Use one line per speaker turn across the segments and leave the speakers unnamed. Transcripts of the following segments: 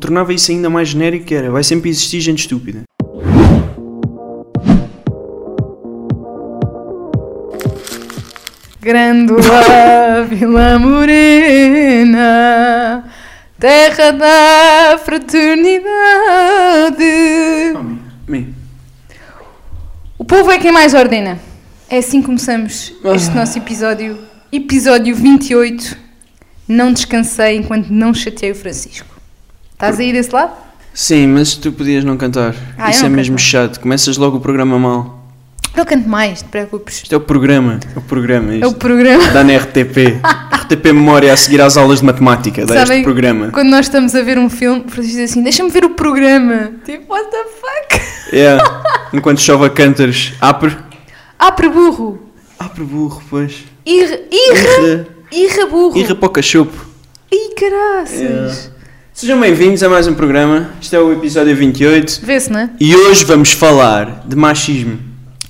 tornava isso ainda mais genérico era vai sempre existir gente estúpida.
Grândola, Vila Morena, terra da
Oh,
fraternidade.
man. Man.
O povo é quem mais ordena. É assim que começamos
Ah.
este nosso episódio, episódio 28. Não descansei enquanto não chateei o Francisco. Estás aí desse lado?
Sim, mas tu podias não cantar.
Ah, eu
isso
não
é mesmo
canto.
chato. Começas logo o programa mal.
Eu canto mais, te preocupes.
Isto é o programa. É o programa.
É o
Isto.
programa.
Dá na RTP. RTP Memória a seguir às aulas de matemática. Dá
Sabem,
este programa.
Quando nós estamos a ver um filme, o Francisco diz assim: deixa-me ver o programa. Tipo, what the fuck?
É. Enquanto chove a cântares. Apre.
Apre burro.
Apre burro, pois.
Irra, irra,
Irra.
irra burro.
Irra É. para o cachopo.
Ih, caraças.
Sejam bem-vindos a mais um programa. Este é o episódio 28.
Vê-se, não é?
E hoje vamos falar de machismo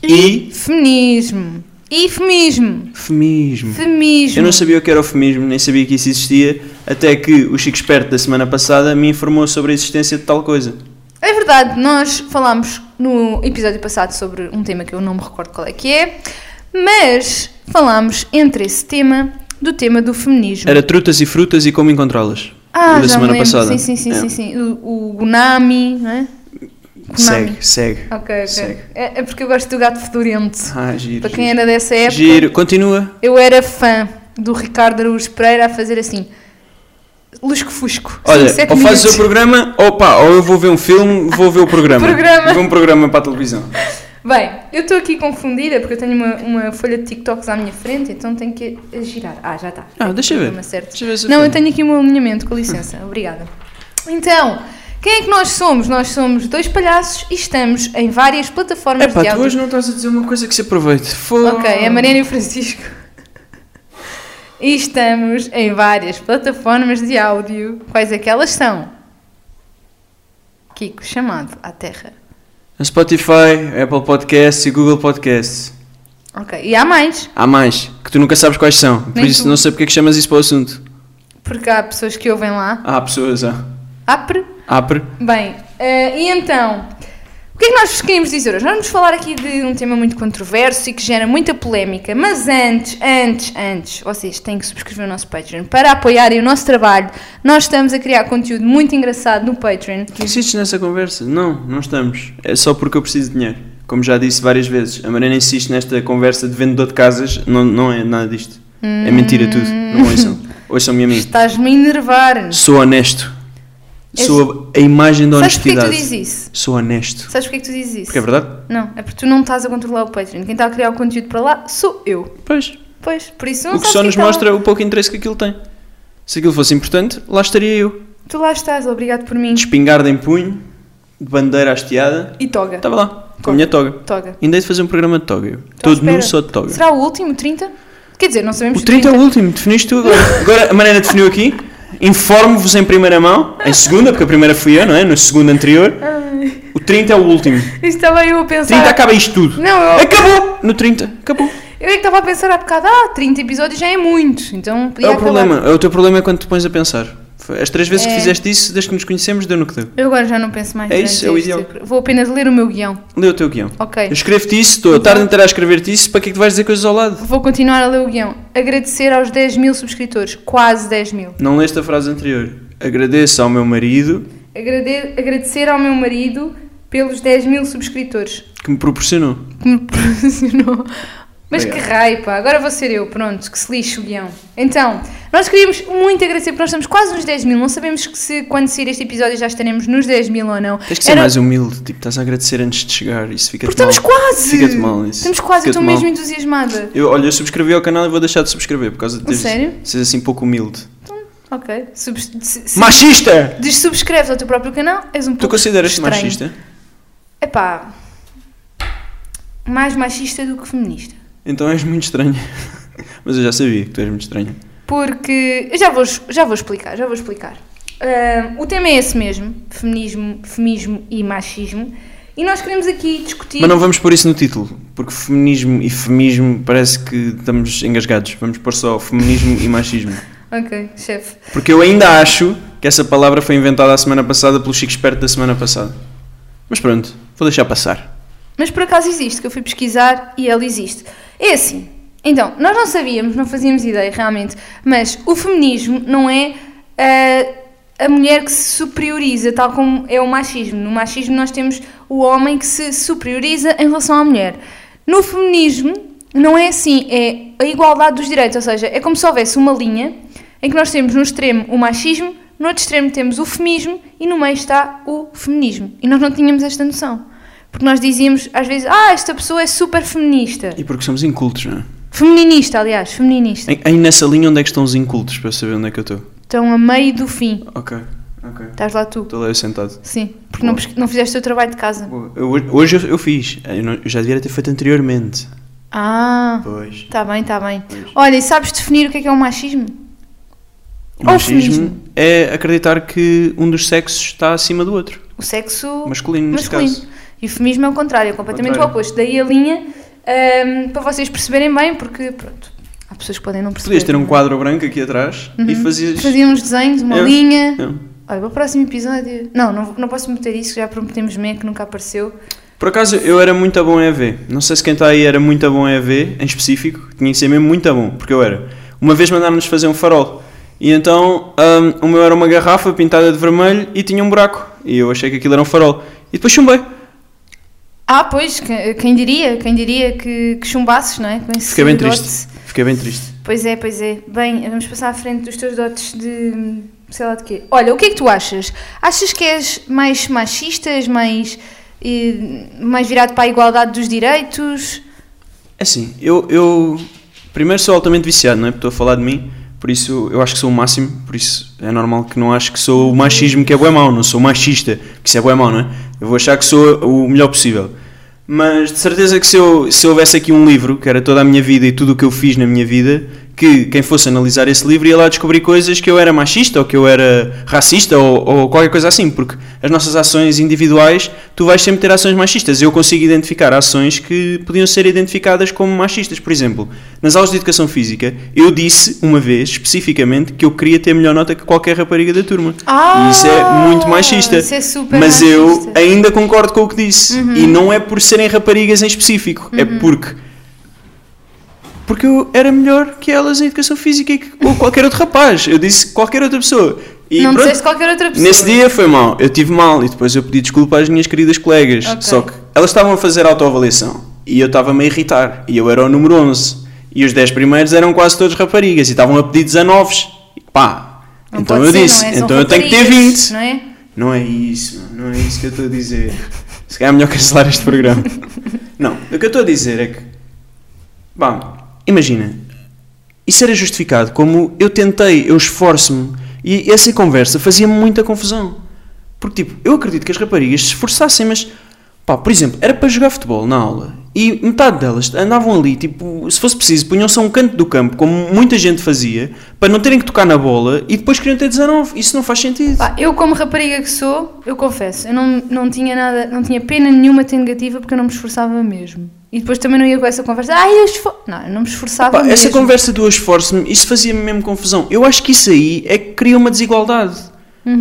e
Feminismo. E feminismo.
feminismo.
Feminismo.
Eu não sabia o que era o feminismo, nem sabia que isso existia, até que o Chico Esperto da semana passada me informou sobre a existência de tal coisa.
É verdade, nós falámos no episódio passado sobre um tema que eu não me recordo qual é que é, mas falámos entre esse tema do tema do feminismo.
Era trutas e frutas e como encontrá-las.
Ah,
da
já me
semana
lembro.
passada.
Sim, sim, sim,
É.
sim, sim. O, o Gunami, não é?
Segue, segue.
Ok, ok.
Segue.
É, é porque eu gosto do gato fedorento.
Ah, giro.
Para quem
giro.
era dessa época,
Giro. Continua.
eu era fã do Ricardo Araújo Pereira a fazer assim. Lusco-fusco.
Olha,
Sim, sete
ou fazes o
minutos.
programa, ou pá, ou eu vou ver um filme, vou ver o programa.
Programa.
Vou um programa para a televisão.
Bem, eu estou aqui confundida porque eu tenho uma, uma folha de TikToks à minha frente, então tenho que girar. Ah, já está.
Ah, deixa eu ver.
Uma certa.
Deixa eu ver se eu
Não, eu
tenho.
tenho aqui o meu alinhamento, com licença. Obrigada. Então, quem é que nós somos? Nós somos dois palhaços e estamos em várias plataformas
É pá,
de
tu
áudio.
hoje não estás a dizer uma coisa que se aproveite. Fô.
Ok, é a Mariana e o Francisco. E estamos em várias plataformas de áudio. Quais é que elas são? Kiko, chamado à Terra.
A Spotify, Apple Podcasts e Google Podcasts.
Ok, e há mais,
Há mais, que tu nunca sabes quais são. Por
Nem
isso
tu.
não sei porque é que chamas isso para o assunto.
porque há pessoas que ouvem lá.
Há pessoas, há.
Apre.
Apre.
Bem, eh, e então, o que é que nós vos queríamos dizer hoje? Nós vamos falar aqui de um tema muito controverso e que gera muita polémica, mas antes, antes, antes, vocês têm que subscrever o nosso Patreon para apoiarem o nosso trabalho. Nós estamos a criar conteúdo muito engraçado no Patreon.
Tu insistes nessa conversa? Não, não estamos. É só porque eu preciso de dinheiro. Como já disse várias vezes, a Mariana insiste nesta conversa de vendedor de casas, não, não é nada disto.
Hum.
É mentira tudo. Não ouçam. Ouçam-me a mim.
Estás-me a enervar.
Sou honesto.
Esse-
Sou a, a imagem da
Sabes porquê que tu
honestidade.
dizes isso?
Sou honesto.
Sabes porquê que tu dizes isso?
Porque é verdade?
Não, é porque tu não estás a controlar o Patreon. Quem está a criar o conteúdo para lá sou eu.
Pois.
Pois, por isso não
o que
sabes
só
quem
nos
está lá.
mostra o pouco interesse que aquilo tem. Se aquilo fosse importante, lá estaria eu.
Tu lá estás, obrigado por mim.
De espingarda em punho, de bandeira hasteada.
E toga.
Estava lá, com a minha toga.
Toga.
Ainda hei de fazer um programa de toga. eu.
Então,
Todo nu
espera.
só de toga.
Será o último, 30? Quer dizer, não sabemos
O
se
30 é o último, definiste tu agora. Agora a Mariana definiu aqui. Informo-vos em primeira mão, em segunda, porque a primeira fui eu, não é? No segundo anterior. O 30 é o último.
Estava eu a pensar.
30 acaba É isto tudo.
Tá. Não, eu,
Acabou! No 30, acabou.
eu é que estava a pensar há bocado, ah, 30 episódios já é muito, então podia
É o
acabar.
problema, é o teu problema é quando te pões a pensar. Foi- As três vezes
É.
que fizeste isso, desde que nos conhecemos, deu no que deu.
Eu agora já não penso mais.
É
durante
isso, é o
este-
ideal.
Vou apenas ler o meu guião.
Lê o teu guião.
Ok. Então.
Eu escrevo-te isso, estou a tarde inteira a escrever-te isso, para que é que tu vais dizer coisas ao lado?
Vou continuar a ler o guião. Agradecer aos 10 mil subscritores, quase 10 mil.
Não leste a frase anterior. Agradeço ao meu marido
Agrade- agradecer ao meu marido pelos 10 mil subscritores
que me proporcionou.
que me proporcionou. Mas
Obrigado.
que raio, pá, agora vou ser eu, pronto, que se lixe o guião. Então, nós queríamos muito agradecer, porque nós estamos quase nos 10 mil, não sabemos que se quando sair este episódio já estaremos nos 10 mil ou não.
Tens que ser mais humilde, tipo, estás a agradecer antes de chegar, isso fica-te
Porque
mal.
estamos quase!
Fica-te mal isso.
Estamos quase, eu
Fica-te
estou
mal.
mesmo entusiasmada.
Eu, olha, eu subscrevi ao canal e vou deixar de subscrever por causa de teres,
sério?
seres assim pouco humilde.
Ok. Subs se- se-
Machista!
Dessubscreves ao teu próprio canal, és um pouco.
Tu consideras-te
estranho.
machista?
É pá. Mais machista do que feminista.
Então és muito estranho. Mas eu já sabia que tu és muito estranho.
Porque. Eu já vou, já vou explicar, já vou explicar. Ah, o tema é esse mesmo: feminismo, feminismo e machismo. E nós queremos aqui discutir.
Mas não vamos pôr isso no título, porque feminismo e feminismo parece que estamos engasgados. Vamos pôr só feminismo e machismo.
Ok, chefe.
Porque eu ainda acho que essa palavra foi inventada a semana passada pelo Chico Esperto da semana passada. Mas pronto, vou deixar passar.
Mas por acaso existe, que eu fui pesquisar e ela existe. É assim. Então, nós não sabíamos, não fazíamos ideia realmente, mas o feminismo não é ah, a mulher que se superioriza, tal como é o machismo. No machismo nós temos o homem que se superioriza em relação à mulher. No feminismo não é assim, é a igualdade dos direitos, ou seja, é como se houvesse uma linha em que nós temos no extremo o machismo, no outro extremo temos o feminismo e no meio está o feminismo. E nós não tínhamos esta noção. Porque nós dizíamos às vezes, ah, esta pessoa é super feminista.
E porque somos incultos, não é?
Feminista, aliás, feminista.
Em, em nessa linha onde é que estão os incultos para eu saber onde é que eu estou?
Estão Então, a meio do fim.
Ok, ok.
Estás lá tu.
Estou lá eu sentado.
Sim, porque não, pesqui- não fizeste o teu trabalho de casa.
Boa. Eu- hoje eu, eu fiz. Eu, não- eu já devia ter feito anteriormente.
Ah,
Pois.
está bem, está bem. Olha, e sabes definir o que é que é o machismo?
O
Ou
machismo
feminismo.
é acreditar que um dos sexos está acima do outro.
O sexo
Masculino, neste
masculino.
caso.
E o feminismo é o contrário, é completamente
Contrário.
o oposto. Daí a linha, ahm, para vocês perceberem bem, porque, pronto, há pessoas que podem não perceber.
Podias ter um
não é?
quadro branco aqui atrás e
Uhum.
fazias.
Fazíamos desenhos, uma
É.
linha.
Não.
Olha, para o próximo episódio. Não, não, não posso meter isso, já prometemos me que nunca apareceu.
Por acaso eu era muito bom em AV. Não sei se quem está aí era muito bom em AV, em específico. Tinha que ser mesmo muito bom, porque eu era. Uma vez mandaram-nos fazer um farol. E então hum, o meu era uma garrafa pintada de vermelho e tinha um buraco. E eu achei que aquilo era um farol. E depois chumbei.
Ah, pois, que- quem diria, quem diria que, que chumbasses, não é? Com esse
Fiquei bem
dote.
triste. Fiquei bem triste.
Pois é, pois é. Bem, vamos passar à frente dos teus dotes de sei lá de quê. Olha, o que é que tu achas? Achas que és mais machistas, mais, eh, mais virado para a igualdade dos direitos?
É Assim, eu, eu primeiro sou altamente viciado, não é? Porque estou a falar de mim, por isso eu acho que sou o máximo, por isso é normal que não acho que sou o machismo que é bué mau, não sou machista, que isso é bué mau, não é? Eu vou achar que sou o melhor possível. Mas de certeza que se, eu, se houvesse aqui um livro, que era toda a minha vida e tudo o que eu fiz na minha vida, que quem fosse analisar esse livro ia lá descobrir coisas que eu era machista ou que eu era racista ou, ou qualquer coisa assim, porque as nossas ações individuais, tu vais sempre ter ações machistas. Eu consigo identificar ações que podiam ser identificadas como machistas. Por exemplo, nas aulas de educação física, eu disse uma vez, especificamente, que eu queria ter melhor nota que qualquer rapariga da turma.
Ah,
e isso é muito machista.
isso é super Uhum.
Mas eu
machista.
ainda concordo com o que disse. E não é por serem raparigas em específico, é
Uhum.
porque. Porque eu era melhor que elas em educação física e que, ou qualquer outro rapaz. Eu disse qualquer outra pessoa. E
não
pronto,
disseste qualquer outra pessoa.
nesse dia foi mal. Eu tive mal e depois eu pedi desculpa às minhas queridas colegas.
Ok.
Só que elas estavam a fazer autoavaliação e eu estava-me a irritar. E eu era o número 11. E os 10 primeiros eram quase todos raparigas e estavam a pedir 19. E pá,
Não
então
pode
eu
ser, não
disse,
é? São
então eu tenho que ter
raparigas,
20.
Não é?
Não é isso, mano, não é isso que eu estou a dizer. Se calhar é melhor cancelar este programa. não, o que eu estou a dizer é que. Bom, imagina. Isso era justificado como eu tentei, eu esforço-me. E essa conversa fazia-me muita confusão. Porque, tipo, eu acredito que as raparigas se esforçassem, mas. Pá, por exemplo, era para jogar futebol na aula. E metade delas andavam ali, tipo, se fosse preciso, punham-se a um canto do campo, como muita gente fazia, para não terem que tocar na bola e depois queriam ter 19. Isso não faz sentido.
Pá, eu como rapariga que sou, eu confesso, eu não, não tinha nada, não tinha pena nenhuma ter negativa porque eu não me esforçava mesmo. E depois também não ia com essa conversa, ah, eu esfor... Não, eu não me esforçava
Pá,
Ah, mesmo.
essa conversa do eu esforço-me, isso fazia-me mesmo confusão. Eu acho que isso aí é que cria uma desigualdade.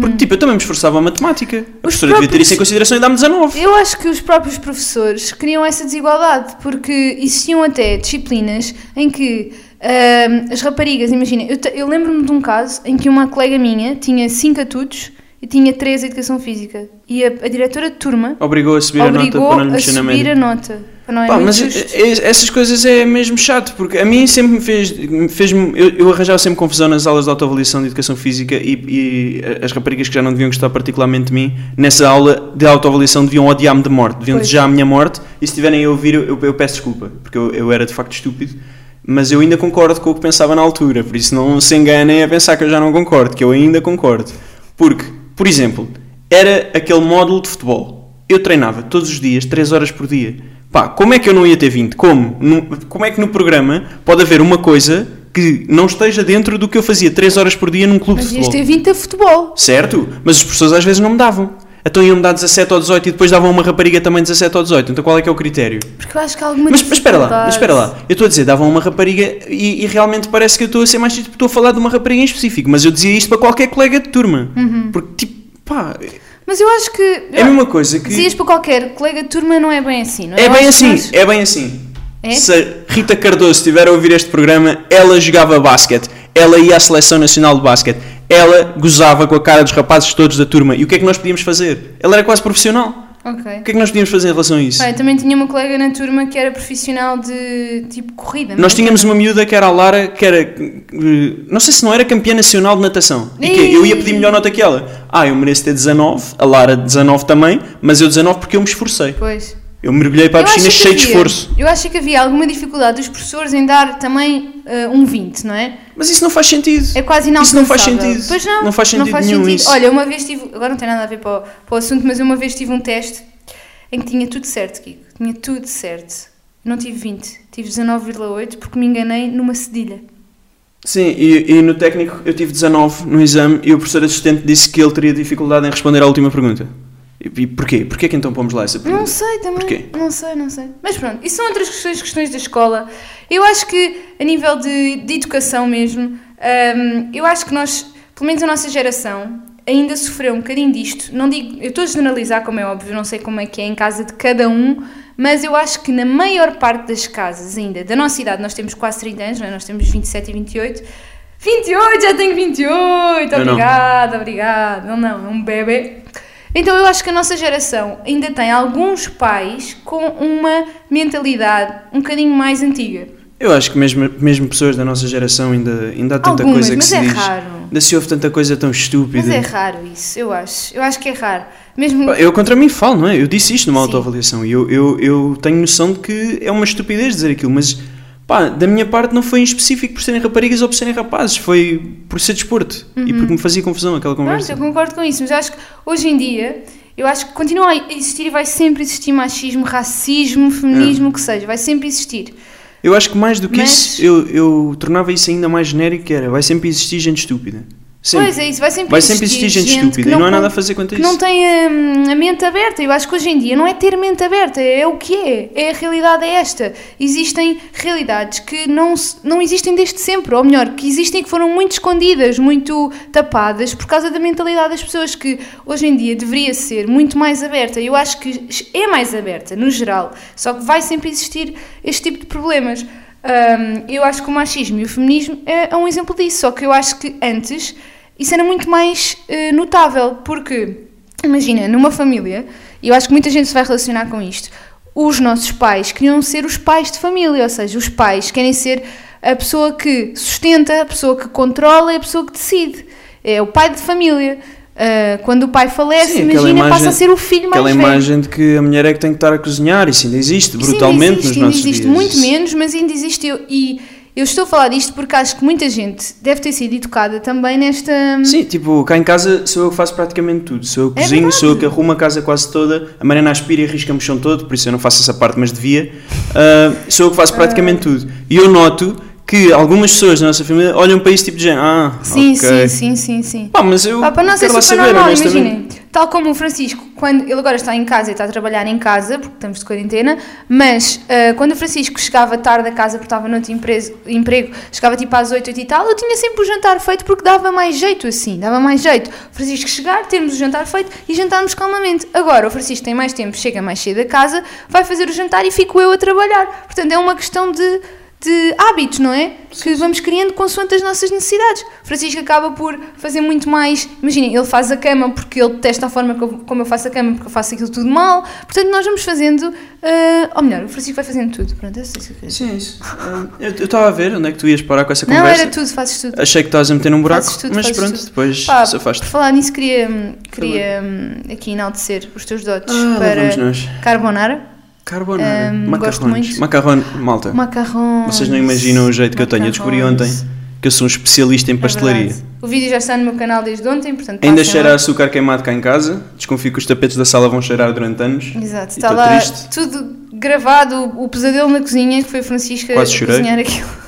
Porque, tipo, eu também me esforçava a matemática. A professora devia ter
Uhum. próprios-
isso em consideração e dá-me 19.
Eu acho que os próprios professores criam essa desigualdade, porque existiam até disciplinas em que ahm, as raparigas, imagina, eu, te- eu lembro-me de um caso em que uma colega minha tinha cinco atutos e tinha três a educação física. E a, a diretora de turma
Obrigou a subir
É. obrigou
a nota para não lhe
a
mexer na
subir
média.
a nota. Não é
Pá,
muito
mas
justo.
eh, eh, essas coisas é mesmo chato, porque a mim sempre me fez. me fez eu, eu arranjava sempre confusão nas aulas de autoavaliação de educação física e, e as raparigas que já não deviam gostar particularmente de mim, nessa aula de autoavaliação deviam odiar-me de morte, deviam
Pois.
desejar a minha morte e se tiverem a ouvir, eu, eu, eu peço desculpa, porque eu, eu era de facto estúpido. Mas eu ainda concordo com o que pensava na altura, por isso não se enganem a pensar que eu já não concordo, que eu ainda concordo. Porque, por exemplo, era aquele módulo de futebol. Eu treinava todos os dias, 3 horas por dia. Pá, como é que eu não ia ter 20? Como? Num- Como é que no programa pode haver uma coisa que não esteja dentro do que eu fazia 3 horas por dia num clube
Mas
de
isto
futebol?
é 20 a futebol.
Certo? Mas os professores às vezes não me davam. Então iam-me dar 17 ou 18 e depois davam uma rapariga também 17 ou 18. Então qual é que é o critério?
Porque eu acho que há alguma
Mas, mas espera lá, mas
dificuldade.
espera lá. Eu estou a dizer, davam uma rapariga e, e realmente parece que eu estou a ser mais tipo, estou a falar de uma rapariga em específico, mas eu dizia isto para qualquer colega de turma. Porque tipo, pá,
Mas Uhum. eu acho que.
é a mesma coisa que.
Dizias para qualquer colega de turma, não é bem assim, não é?
É
Eu
bem
acho que
assim,
nós-
é bem assim.
É?
Se a Rita Cardoso estiver a ouvir este programa, ela jogava basquete, ela ia à Seleção Nacional de Basquete, ela gozava com a cara dos rapazes todos da turma. E o que é que nós podíamos fazer? Ela era quase profissional.
Ok.
O que é que nós podíamos fazer em relação a isso?
Pá, eu também tinha uma colega na turma que era profissional de tipo corrida. não é?
Nós tínhamos uma miúda que era a Lara, que era. eh, Não sei se não era campeã nacional de natação. E quê? Eu ia pedir melhor nota que ela. Ah, eu mereço ter 19, a Lara 19 também, mas eu 19 porque eu me esforcei.
Pois.
Eu mergulhei para a
Eu acho
piscina
que
cheio de
havia-
esforço.
Eu acho que havia alguma dificuldade dos professores em dar também eh, um 20, não é?
Mas isso não faz sentido.
É quase
Isso não
inalcançável.
faz sentido.
Pois não.
Não faz sentido nenhum isso.
Olha, uma vez tive... Agora não tem nada a ver para o, para o assunto, mas eu uma vez tive um teste em que tinha tudo certo, Kiko. Tinha tudo certo. Não tive 20. Tive 19,8 porque me enganei numa cedilha.
Sim, e, e no técnico eu tive 19 no exame e o professor assistente disse que ele teria dificuldade em responder à última pergunta. E, e porquê? Porquê que então pomos lá essa pergunta?
Não sei também.
Porquê?
Não sei, não sei. Mas pronto, isso são outras questões, questões da escola. Eu acho que, a nível de, de educação mesmo, hum, eu acho que nós, pelo menos a nossa geração, ainda sofreu um bocadinho disto. Não digo, eu estou a generalizar, como é óbvio, não sei como é que é em casa de cada um, mas eu acho que na maior parte das casas ainda, da nossa idade, nós temos quase 30 anos, não é? nós temos 27 e 28. 28, já tenho 28,
Eu não.
obrigada. Obrigada, obrigada. Não, não, é um bebê. Então eu acho que a nossa geração ainda tem alguns pais com uma mentalidade um bocadinho mais antiga.
Eu acho que mesmo, mesmo pessoas da nossa geração ainda, ainda há tanta
Algumas,
coisa que
mas
se
é
diz.
raro.
Ainda se ouve tanta coisa tão estúpida.
Mas é raro isso, eu acho. Eu acho que é raro. Mesmo.
Pá, Eu contra mim falo, não é? Eu disse isto numa
Sim.
autoavaliação e eu, eu, eu tenho noção de que é uma estupidez dizer aquilo, mas pá, da minha parte não foi em específico por serem raparigas ou por serem rapazes, foi por ser desporto e porque me fazia confusão aquela
Uhum. Pronto,
conversa.
eu concordo com isso, mas eu acho que hoje em dia, eu acho que continua a existir e vai sempre existir machismo, racismo,
É.
feminismo, o que seja, vai sempre existir.
Eu acho que mais do que
Mas-
isso, eu, eu tornava isso ainda mais genérico, que era vai sempre existir gente estúpida. Sempre.
Pois é, isso vai sempre
Vai sempre existir gente estúpida
que
e não há nada
con-
a fazer quanto a
que
isso.
não tem hum, a mente aberta. Eu acho que hoje em dia não é ter mente aberta, é o que é. É a realidade é esta. Existem realidades que não, se- não existem desde sempre, ou melhor, que existem e que foram muito escondidas, muito tapadas por causa da mentalidade das pessoas que hoje em dia deveria ser muito mais aberta. Eu acho que é mais aberta, no geral. Só que vai sempre existir este tipo de problemas. Hum, eu acho que o machismo e o feminismo é, é um exemplo disso, só que eu acho que antes isso era muito mais eh, notável, porque, imagina, numa família, e eu acho que muita gente se vai relacionar com isto, os nossos pais queriam ser os pais de família, ou seja, os pais querem ser a pessoa que sustenta, a pessoa que controla e a pessoa que decide. É o pai de família. Ah, quando o pai falece,
Sim,
imagina,
aquela
passa
imagem-
a ser o filho mais
Aquela
velho.
imagem de que a mulher é que tem que estar a cozinhar, isso ainda existe
Isso ainda
brutalmente
existe,
nos
ainda
nossos
existe
dias.
muito menos, mas ainda existe. Eu- E eu estou a falar disto porque acho que muita gente deve ter sido educada também nesta.
Sim, tipo, cá em casa sou eu que faço praticamente tudo. Sou eu que
É
cozinho,
verdade.
sou eu que arrumo a casa quase toda. A Mariana aspira e risca o chão todo, por isso eu não faço essa parte, mas devia. Ah, sou eu que faço praticamente
Ah.
tudo. E eu noto que algumas pessoas da nossa família olham para isso tipo de género. Ah,
Sim,
ok.
sim, sim, sim, sim.
Pá, mas eu
Pá, para nós é
quero lá
super
saber,
normal,
honestamente.
imaginem. Tal como o Francisco, quando ele agora está em casa e está a trabalhar em casa, porque estamos de quarentena, mas ah, quando o Francisco chegava tarde a casa porque estava noutro empre- emprego, chegava tipo às 8, 8 e tal, eu tinha sempre o jantar feito porque dava mais jeito assim, dava mais jeito. O Francisco chegar, termos o jantar feito e jantarmos calmamente. Agora o Francisco tem mais tempo, chega mais cedo a casa, vai fazer o jantar e fico eu a trabalhar. Portanto, é uma questão de de hábitos, não é? Que vamos criando consoante as nossas necessidades. Francisco acaba por fazer muito mais. Imaginem, ele faz a cama porque ele detesta a forma que eu- como eu faço a cama, porque eu faço aquilo tudo mal. Portanto, nós vamos fazendo. ah, ou melhor, o Francisco vai fazendo tudo. Pronto, é só isso que eu queria dizer.
Sim, isso. Ah, Eu eu estava a ver onde é que tu ias parar com essa
Não,
conversa.
era tudo, fazes tudo.
Achei que estavas a meter num buraco,
Fazes tudo,
mas
fazes
pronto,
tudo.
depois
Pá,
se afasta.
Por falar nisso, queria, queria hum, aqui enaltecer os teus dotes
Ah, lá vamos
para
nós.
carbonara,
Carbonara,
Ahm,
macarrões,
gosto muito.
macarrão, malta.
macarrões.
Vocês não imaginam o jeito que eu tenho. Eu descobri ontem
macarrões.
que eu sou um especialista em
É
pastelaria.
verdade. o vídeo já está no meu canal desde ontem, portanto.
Ainda
passem
cheira a
lá.
açúcar queimado cá em casa. Desconfio que os tapetes da sala vão cheirar durante anos.
Exato,
E
está
tô
lá
triste.
tudo gravado, o pesadelo na cozinha, que foi a Francisca
Quase chorei.
cozinhar aquilo.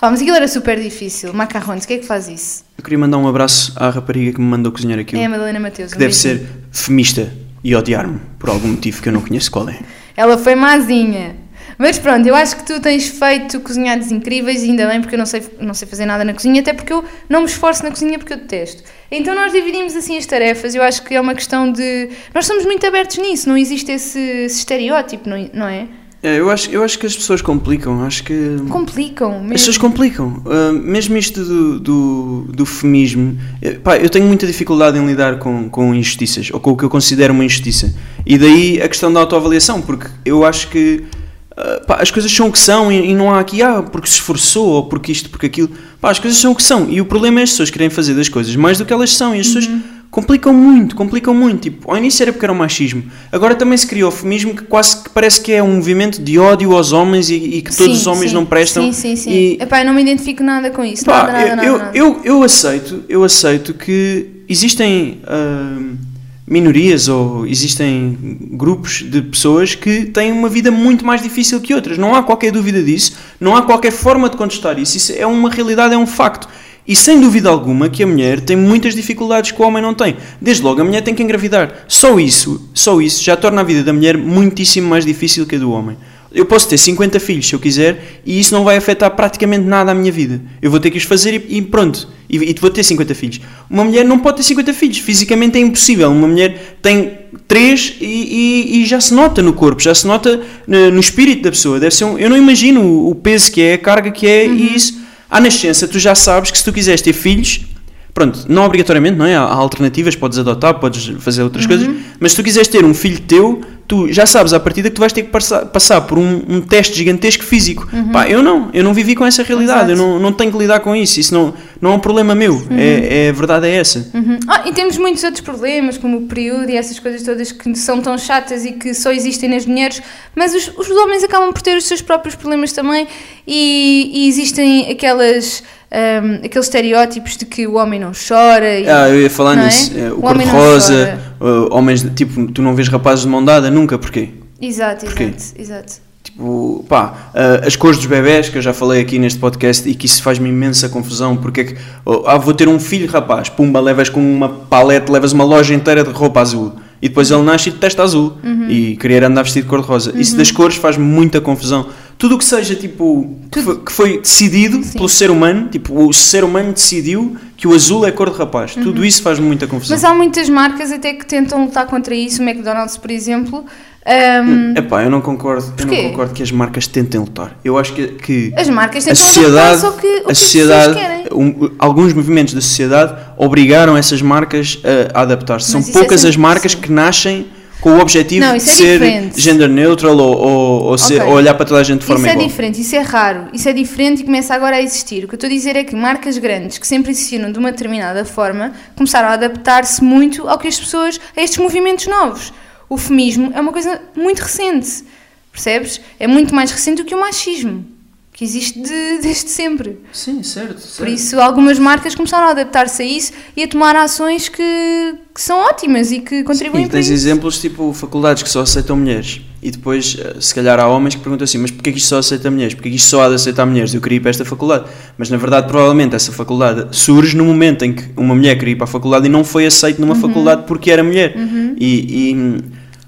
Pá, mas aquilo era super difícil. Macarrones, o que é que faz isso?
Eu queria mandar um abraço à rapariga que me mandou cozinhar aquilo.
É a Madalena Mateus.
que
um
deve
beijinho.
ser femista e odiar-me por algum motivo que eu não conheço qual é.
Ela foi mazinha. Mas pronto, eu acho que tu tens feito cozinhados incríveis, e ainda bem, porque eu não sei, não sei fazer nada na cozinha, até porque eu não me esforço na cozinha porque eu detesto. Então nós dividimos assim as tarefas, eu acho que é uma questão de. Nós somos muito abertos nisso, não existe esse, esse estereótipo, não, não é?
É, eu, acho, eu acho que as pessoas complicam, acho que.
Complicam
As
mesmo.
pessoas complicam. Ah, mesmo isto do, do, do feminismo. eh, pá, eu tenho muita dificuldade em lidar com, com injustiças, ou com o que eu considero uma injustiça. E daí a questão da autoavaliação, porque eu acho que ah, pá, as coisas são o que são e, e não há aqui, ah, porque se esforçou, ou porque isto, porque aquilo. Pá, as coisas são o que são. E o problema é as pessoas querem fazer das coisas mais do que elas são. E as pessoas complicam muito, complicam muito. Tipo, ao início era porque era o machismo. Agora também se criou o feminismo que quase que parece que é um movimento de ódio aos homens e, e que todos
Sim,
os homens
sim.
não prestam.
Sim, sim, É sim.
E-
Epá, eu não me identifico nada com isso.
Pá,
nada, nada, nada,
eu,
nada.
Eu, eu aceito, eu aceito que existem ahm, minorias ou existem grupos de pessoas que têm uma vida muito mais difícil que outras. Não há qualquer dúvida disso, não há qualquer forma de contestar isso. Isso é uma realidade, é um facto. E sem dúvida alguma que a mulher tem muitas dificuldades que o homem não tem. Desde logo, a mulher tem que engravidar. Só isso, só isso já torna a vida da mulher muitíssimo mais difícil que a do homem. Eu posso ter 50 filhos se eu quiser e isso não vai afetar praticamente nada à minha vida. Eu vou ter que os fazer e, e pronto. E, e vou ter 50 filhos. Uma mulher não pode ter 50 filhos. Fisicamente é impossível. Uma mulher tem 3 e, e- e já se nota no corpo, já se nota na- no espírito da pessoa. Deve ser um- eu não imagino o, o peso que é, a carga que é e isso. À nascença, tu já sabes que se tu quiseres ter filhos, Pronto, não obrigatoriamente, não é? Há há alternativas, podes adotar, podes fazer outras
Uhum.
coisas, mas se tu quiseres ter um filho teu, tu já sabes à partida que tu vais ter que passar, passar por um, um teste gigantesco físico. Pá, eu não, eu não vivi com essa realidade, eu
Uhum.
não,
Exato.
não tenho que lidar com isso, isso não, não é um problema meu, é, é- a verdade é essa.
Uhum. Ah, e temos muitos outros problemas, como o período e essas coisas todas que são tão chatas e que só existem nas mulheres, mas os, os homens acabam por ter os seus próprios problemas também e, e existem aquelas, ahm, aqueles estereótipos de que o homem não chora e
Ah, eu ia falar
Não é?
nisso, é, o,
O homem não
cor-de-rosa, eh, homens, de- tipo, tu não vês rapazes de mão dada nunca, porquê?
Exato,
Porquê?
exato, exato.
Tipo, pá, ah, as cores dos bebés que eu já falei aqui neste podcast e que isso faz-me imensa confusão, porque é que, oh, ah, vou ter um filho, rapaz, pumba, levas com uma palete, levas uma loja inteira de roupa azul e depois ele nasce e detesta azul
Uhum.
e querer andar vestido de cor-de-rosa. Isso das cores faz-me muita confusão. Tudo o que seja, tipo, que fo- que foi decidido pelo ser humano, tipo, o ser humano decidiu que o azul é cor de rapaz, tudo isso faz-me muita confusão.
Uhum. Mas há muitas marcas até que tentam lutar contra isso, o McDonald's, por exemplo. Hum, ahm,
Epá, eu não concordo, eu
Porquê?
não concordo que as marcas tentem lutar. Eu acho que- que
As marcas
a
tentam lutar
sociedade,
é só que o que
a
as
sociedade
pessoas querem.
um- alguns movimentos da sociedade obrigaram essas marcas a, a adaptar-se. São
Mas isso é
poucas as
sempre
marcas
assim.
que nascem com o objetivo
Não,
de
isso é
ser
diferente.
gender neutral ou, ou- ou ser-
Ok.
ou olhar para toda a gente de forma
Isso é
igual.
diferente, isso é raro, isso é diferente e começa agora a existir. O que eu estou a dizer é que marcas grandes que sempre existiram de uma determinada forma começaram a adaptar-se muito ao que as pessoas, a estes movimentos novos. O feminismo é uma coisa muito recente, percebes? É muito mais recente do que o machismo, que existe de- desde sempre.
Sim, certo. certo.
Por isso, algumas marcas começaram a adaptar-se a isso e a tomar ações que, que são ótimas e que contribuem
E
para
tens
isso.
exemplos tipo faculdades que só aceitam mulheres e depois eh, se calhar há homens que perguntam assim mas porquê que isto só aceita mulheres? Porquê que isto só há de aceitar mulheres? Eu queria ir para esta faculdade mas na verdade provavelmente essa faculdade surge no momento em que uma mulher queria ir para a faculdade e não foi aceita
Uhum.
numa faculdade porque era mulher e, e,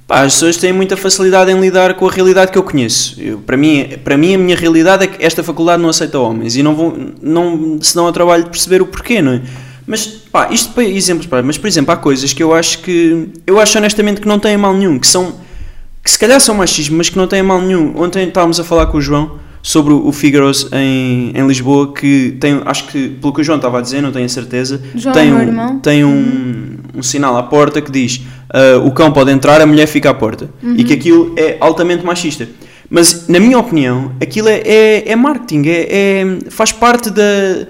pá, as pessoas têm muita facilidade em lidar com a realidade que eu conheço Eu- para, mim, para mim a minha realidade é que esta faculdade não aceita homens e não, vou, não se dão ao trabalho de perceber o porquê não é? Mas, pá, isto para exemplos, pá, mas por exemplo, há coisas que eu acho que. Eu acho honestamente que não têm mal nenhum, que são. que se calhar são machismo, mas que não têm mal nenhum. Ontem estávamos a falar com o João sobre o Figaro's em, em Lisboa, que tem. acho que, pelo que o João estava a dizer, não tenho a certeza.
João, é
tem
meu
um,
irmão.
tem um, um sinal à porta que diz ah, o cão pode entrar, a mulher fica à porta. E
Uhum.
que aquilo é altamente machista. Mas, na minha opinião, aquilo é, é, é marketing, é, é- faz parte da,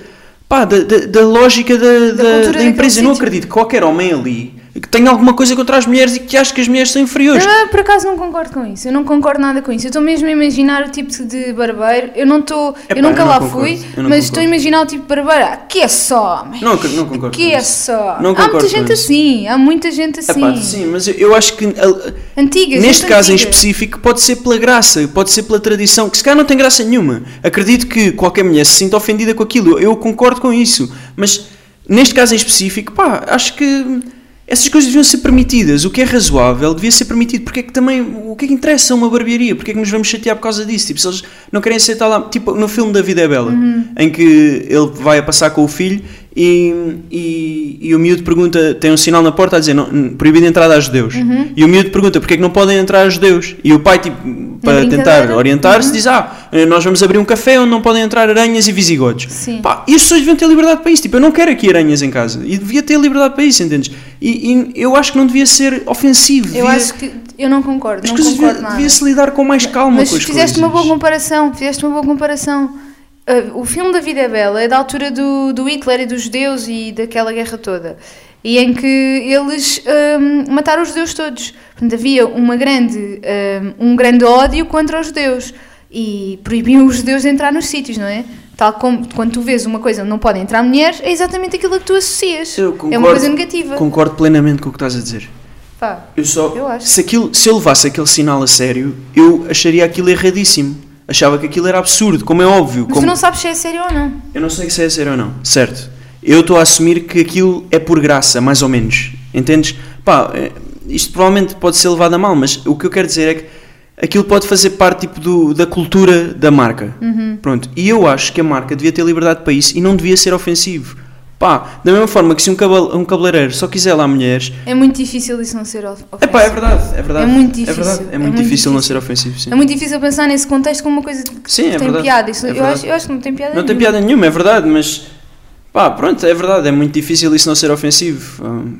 pá, da, da- da lógica da, da-
cultura
da
daquele
empresa. Eu não
sítio.
acredito que qualquer homem ali que tenho alguma coisa contra as mulheres e que acho que as mulheres são inferiores.
Eu, ah, por acaso não concordo com isso. Eu não concordo nada com isso. Eu estou mesmo a imaginar o tipo de barbeiro. Eu não estou.
Epá,
eu nunca
eu não
lá
concordo.
fui,
Eu não
mas estou a
concordo.
imaginar o tipo de barbeiro. Ah, que é só, homem.
Não, não concordo
Que
com
é
isso.
só.
Não
há
concordo
muita gente
com isso.
assim. Há muita gente assim.
Epá, sim, mas eu, eu acho que ah,
Antiga,
Neste
gente
caso em
antiga.
específico, pode ser pela graça, pode ser pela tradição, que se calhar não tem graça nenhuma. Acredito que qualquer mulher se sinta ofendida com aquilo, eu concordo com isso. Mas neste caso em específico, pá, acho que essas coisas deviam ser permitidas. O que é razoável devia ser permitido. Porque é que também, o que é que interessa a uma barbearia? Porque é que nos vamos chatear por causa disso? Tipo, se eles não querem aceitar lá. Tipo, no filme da Vida é Bela, em que ele vai a passar com o filho. E, e, e o miúdo pergunta, tem um sinal na porta a dizer não, n- proibido entrar a judeus.
Uhum.
E o miúdo pergunta porque é que não podem entrar a judeus. E o pai, tipo, para tentar
brincadeira. Uhum.
orientar-se, diz: Ah, nós vamos abrir um café onde não podem entrar aranhas e visigodos.
Sim.
Pá, e as pessoas deviam ter liberdade para isso. Tipo, eu não quero aqui aranhas em casa. E devia ter liberdade para isso, entendes? E, e eu acho que não devia ser ofensivo.
Eu
devia-
acho que. Eu não concordo.
as
não
coisas
concordo
devia,
nada.
devia-se lidar com mais calma
Mas
com as
fizeste uma boa
coisas.
comparação, fizeste uma boa comparação. Ah, o filme da Vida é Bela é da altura do, do Hitler e dos judeus e daquela guerra toda. E em que eles ahm, mataram os judeus todos. Portanto, havia uma grande, ahm, um grande ódio contra os judeus. E proibiam os judeus de entrar nos sítios, não é? Tal como quando tu vês uma coisa onde não podem entrar mulheres, é exatamente aquilo a que tu associas.
Eu
é
concordo-
uma coisa negativa.
Concordo plenamente com o que estás a dizer.
Pá.
Eu só.
Eu acho.
Se, aquilo, se eu levasse aquele sinal a sério, eu acharia aquilo erradíssimo. Achava que aquilo era absurdo, como é óbvio.
Mas
como...
tu não sabes se é sério ou não.
Eu não sei se é sério ou não, certo? Eu estou a assumir que aquilo é por graça, mais ou menos. Entendes? Pá, eh, isto provavelmente pode ser levado a mal, mas o que eu quero dizer é que aquilo pode fazer parte tipo, do- da cultura da marca.
Uhum.
Pronto. E eu acho que a marca devia ter liberdade para isso e não devia ser ofensivo. Pá, da mesma forma que se um, cabal, um cabeleireiro só quiser lá mulheres.
É muito difícil isso não ser of-
É pá, é
ofensivo.
verdade, é verdade.
É muito difícil,
É, verdade, é
é
muito
muito
difícil não
difícil.
ser ofensivo, sim.
É muito difícil pensar nesse contexto como uma coisa que
Sim, é
tem
verdade.
piada. Isso-
É
eu,
verdade.
acho, eu acho que não tem piada
Não tem
nenhuma.
piada nenhuma, é verdade, mas pá, pronto, é verdade, é muito difícil isso não ser ofensivo. Hum.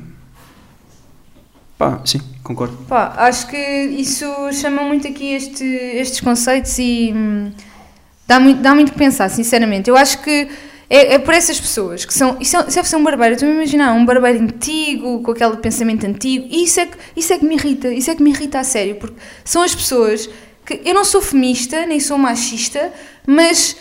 Pá, sim, concordo.
Pá, acho que isso chama muito aqui este- estes conceitos e hum, dá muito, dá muito que pensar, sinceramente. Eu acho que é, é por essas pessoas que são. Isso é, isso deve ser um barbeiro, eu estou a imaginar, um barbeiro antigo, com aquele pensamento antigo, e isso é, que, isso é que me irrita, isso é que me irrita a sério, porque são as pessoas que. Eu não sou feminista, nem sou machista, mas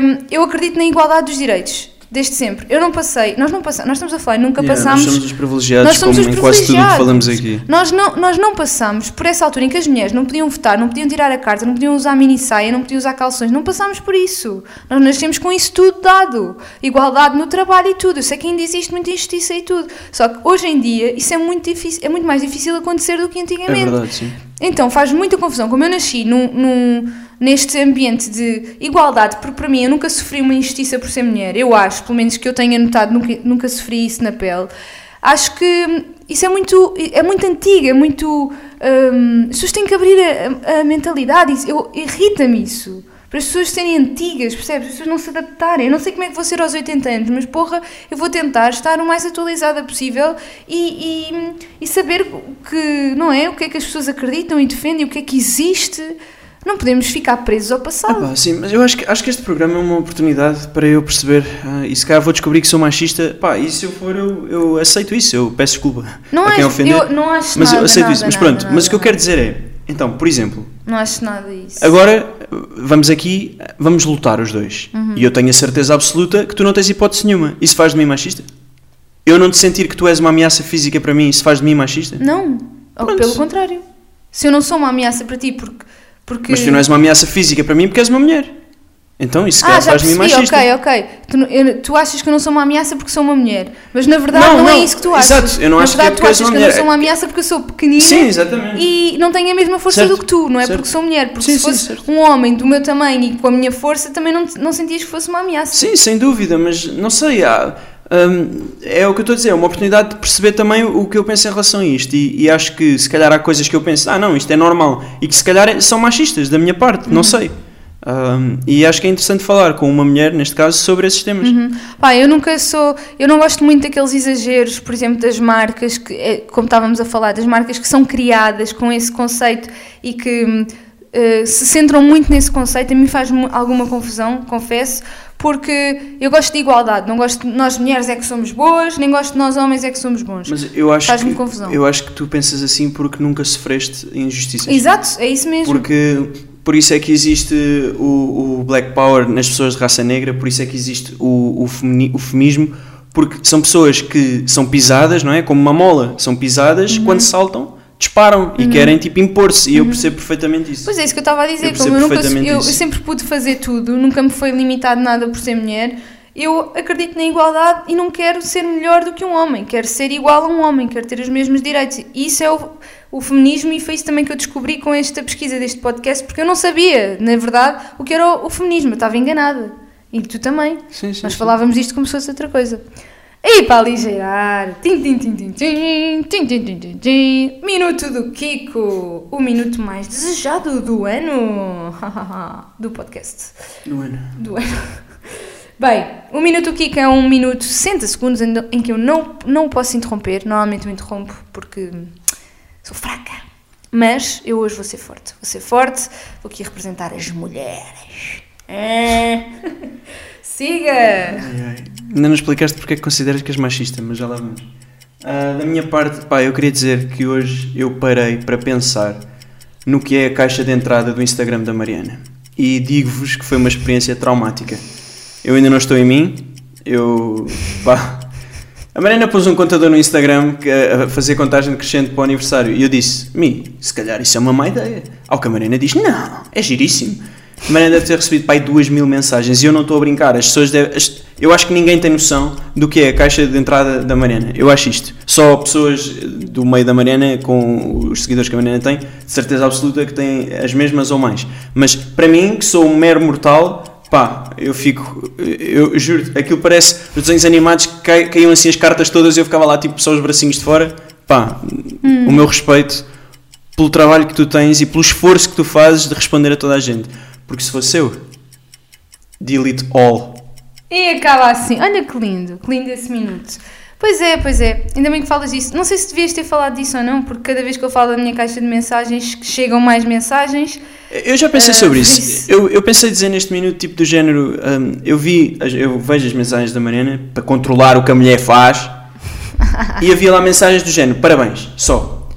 hum, eu acredito na igualdade dos direitos. Desde sempre. Eu não passei, nós não passamos, nós estamos a falar, e nunca passámos.
nós somos os privilegiados,
Nós somos
como
os
em quase tudo o que
privilegiados.
falamos aqui.
Nós não, nós não passamos por essa altura em que as mulheres não podiam votar, não podiam tirar a carta, não podiam usar mini saia, não podiam usar calções, não passámos por isso. Nós nascemos com isso tudo dado. Igualdade no trabalho e tudo. Eu sei que ainda existe muita injustiça e tudo. Só que hoje em dia isso é muito difícil, é muito mais difícil acontecer do que
É
antigamente.
verdade, sim.
Então faz muita confusão. Como eu nasci num, num- neste ambiente de igualdade, porque para mim eu nunca sofri uma injustiça por ser mulher, eu acho, pelo menos que eu tenha notado, nunca, nunca sofri isso na pele. Acho que hum, isso é muito, é muito antigo, é muito. hum, as pessoas têm que abrir a, a- a mentalidade, isso- eu- irrita-me isso. Para as pessoas serem antigas, percebes? As pessoas não se adaptarem. Eu não sei como é que vou ser aos 80 anos, mas porra, eu vou tentar estar o mais atualizada possível e, e, e saber que, não é? O que é que as pessoas acreditam e defendem, o que é que existe. Não podemos ficar presos ao
Ah,
passado.
pá, sim, mas eu acho que, acho que este programa é uma oportunidade para eu perceber ah, e se calhar vou descobrir que sou machista. Pá, e se eu for, eu, eu aceito isso, eu peço desculpa
não
a quem
acho,
ofender.
eu não acho
mas
nada.
eu aceito
nada,
isso, mas
nada,
pronto.
nada,
mas o que eu
nada.
quero dizer é, então, por exemplo,
Não acho nada isso.
Agora vamos aqui, vamos lutar os dois.
Uhum.
E eu tenho a certeza absoluta que tu não tens hipótese nenhuma. Isso faz de mim machista? Eu não te sentir que tu és uma ameaça física para mim, isso faz de mim machista?
Não. Ou
Pronto.
pelo contrário. Se eu não sou uma ameaça para ti, porque. porque...
Mas tu não és uma ameaça física para mim porque és uma mulher. Então isso
Ah,
calhar,
já
faz de mim
percebi,
machista.
ok, ok. Tu, não- eu- tu achas que eu não sou uma ameaça porque sou uma mulher, mas na verdade
Não,
não, é
não,
isso que tu achas.
exato, eu não
na
acho que é
verdade,
porque
tu
és
achas
uma
que eu não
mulher.
sou uma ameaça porque eu sou pequenina
Sim, exatamente.
e não tenho a mesma força
Certo,
do que tu, não é
certo.
porque sou mulher, porque
Sim,
se
sim,
fosse
certo.
um homem do meu tamanho e com a minha força também não, te- não sentias que fosse uma ameaça.
Sim, sem dúvida, mas não sei. há- hum, é o que eu estou a dizer, é uma oportunidade de perceber também o que eu penso em relação a isto. E, e acho que se calhar há coisas que eu penso, ah não, isto é normal. E que se calhar é, são machistas da minha parte,
Uhum.
não sei. Hum, e acho que é interessante falar com uma mulher, neste caso, sobre esses temas.
Pá, eu nunca sou, eu não gosto muito daqueles exageros, por exemplo, das marcas eh, que, é, como estávamos a falar, das marcas que são criadas com esse conceito e que hum, eh, se centram muito nesse conceito, a mim faz mu- alguma confusão, confesso, porque eu gosto de igualdade, não gosto de nós mulheres é que somos boas, nem gosto de nós homens é que somos bons.
Mas eu acho,
Faz-me
que,
confusão.
eu acho que tu pensas assim porque nunca sofreste injustiças.
Exato, é isso mesmo.
Porque por isso é que existe o, o Black Power nas pessoas de raça negra, por isso é que existe o, o, femini- o feminismo, porque são pessoas que são pisadas, não é? Como uma mola, são pisadas,
Uhum.
quando saltam, disparam e querem tipo impor-se. E eu percebo perfeitamente isso.
Pois é, isso que eu estava a dizer.
Eu percebo
como eu, nunca,
perfeitamente
eu, eu
isso.
sempre pude fazer tudo, nunca me foi limitado nada por ser mulher. Eu acredito na igualdade e não quero ser melhor do que um homem. Quero ser igual a um homem, quero ter os mesmos direitos. E Isso é o, o feminismo e foi isso também que eu descobri com esta pesquisa deste podcast, porque eu não sabia, na verdade, o que era o, o feminismo. Eu estava enganada. E tu também.
Sim, sim,
Nós
sim.
falávamos disto como se fosse outra coisa. E para aligerar, tim, tim, tim, tim, tim, tim, tim, tim, tim, tim, minuto do Kiko, o minuto mais desejado do ano, do podcast,
Não é? não.
do ano. Bem, o minuto do Kiko é um minuto 60 segundos em em que eu não, não o posso interromper, normalmente eu interrompo porque sou fraca, mas eu hoje vou ser forte, vou ser forte, vou aqui representar as mulheres. É. Siga!
Ai, ai. Ainda não explicaste porque é que consideras que és machista, mas já lá vamos. Ah, da minha parte, pá, eu queria dizer que hoje eu parei para pensar no que é a caixa de entrada do Instagram da Mariana. E digo-vos que foi uma experiência traumática. Eu ainda não estou em mim, eu. pá. A Mariana pôs um contador no Instagram que, eh, a fazer contagem decrescente para o aniversário e eu disse: Mi, se calhar isso é uma má ideia. Ao que a Mariana diz: Não, é giríssimo. A Mariana deve ter recebido pai duas mil mensagens e eu não estou a brincar. As pessoas devem. as- eu acho que ninguém tem noção do que é a caixa de entrada da Mariana. Eu acho isto. Só pessoas eh, do meio da Mariana, com os seguidores que a Mariana tem, de certeza absoluta que têm as mesmas ou mais. Mas para mim, que sou um mero mortal, Pá, eu fico. Eu juro, aquilo parece os desenhos animados que cai- caíam assim as cartas todas e eu ficava lá tipo só os bracinhos de fora. Pá, o meu respeito pelo trabalho que tu tens e pelo esforço que tu fazes de responder a toda a gente. Porque se fosse eu, delete all.
E acaba assim. Olha que lindo, que lindo esse minuto. Pois é, pois é. Ainda bem que falas disso. Não sei se devias ter falado disso ou não, porque cada vez que eu falo da minha caixa de mensagens, que chegam mais mensagens.
Eu já pensei
Ah,
sobre isso.
isso.
Eu, eu pensei dizer neste minuto, tipo do género, hum, eu vi, as- eu vejo as mensagens da Mariana para controlar o que a mulher faz e havia lá mensagens do género, parabéns, só.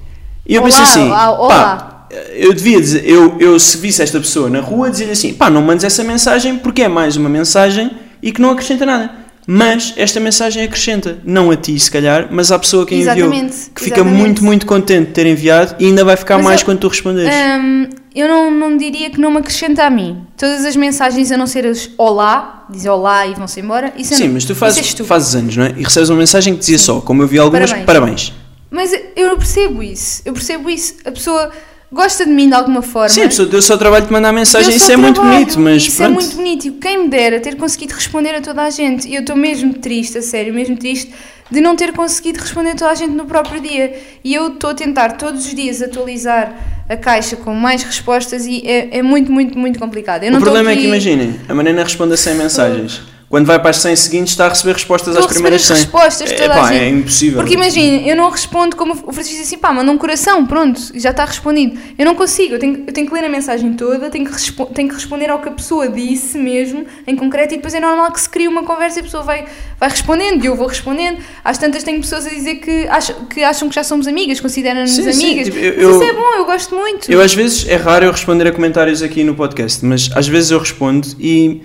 E eu
Olá,
pensei assim,
olá, olá.
pá, eu devia dizer, eu, eu se visse esta pessoa na rua, dizia assim, pá, não mandes essa mensagem porque é mais uma mensagem e que não acrescenta nada. Mas esta mensagem acrescenta, não a ti se calhar, mas à pessoa que a enviou,
Exatamente,
que fica
exatamente.
muito, muito contente de ter enviado e ainda vai ficar
Mas
mais
eu-
quando tu responderes.
hum, eu não, não diria que não me acrescenta a mim. Todas as mensagens, a não ser os olá, diz olá e vão-se embora. Isso é
Sim,
não-
mas tu
isso é
fazes,
estúpido.
fazes anos, não é? E recebes uma mensagem que dizia só, como eu vi algumas,
Parabéns.
parabéns.
Mas eu percebo isso. Eu percebo isso. A pessoa gosta de mim de alguma forma.
Sim, a pessoa deu só o trabalho de mandar mensagem,
Eu
isso
só
é muito
trabalho,
bonito, mas
isso
pronto.
é muito bonito. E quem me dera ter conseguido responder a toda a gente. E eu estou mesmo triste, a sério, mesmo triste de não ter conseguido responder a toda a gente no próprio dia. E eu estou a tentar todos os dias atualizar a caixa com mais respostas e é, é muito, muito, muito complicado. Eu não
O
estou
problema é
aqui-
que imaginem, a Mariana responde a 100 mensagens. Quando vai para as 100 seguintes, está a receber respostas
Estou
às
a receber
primeiras
as
100.
respostas de toda
é,
a
pá,
gente.
é impossível.
Porque imagina, eu não respondo como o Francisco diz assim, pá, manda um coração, pronto, já está respondido. Eu não consigo, eu tenho, eu tenho que ler a mensagem toda, tenho que, respo- tenho que responder ao que a pessoa disse mesmo, em concreto, e depois é normal que se crie uma conversa e a pessoa vai, vai respondendo e eu vou respondendo. Às tantas tenho pessoas a dizer que acham que, acham que já somos amigas, consideram-nos
Sim, sim,
amigas.
tipo, eu-
Mas isso
eu-
é bom, eu gosto muito.
Eu às vezes, é raro eu responder a comentários aqui no podcast, mas às vezes eu respondo e,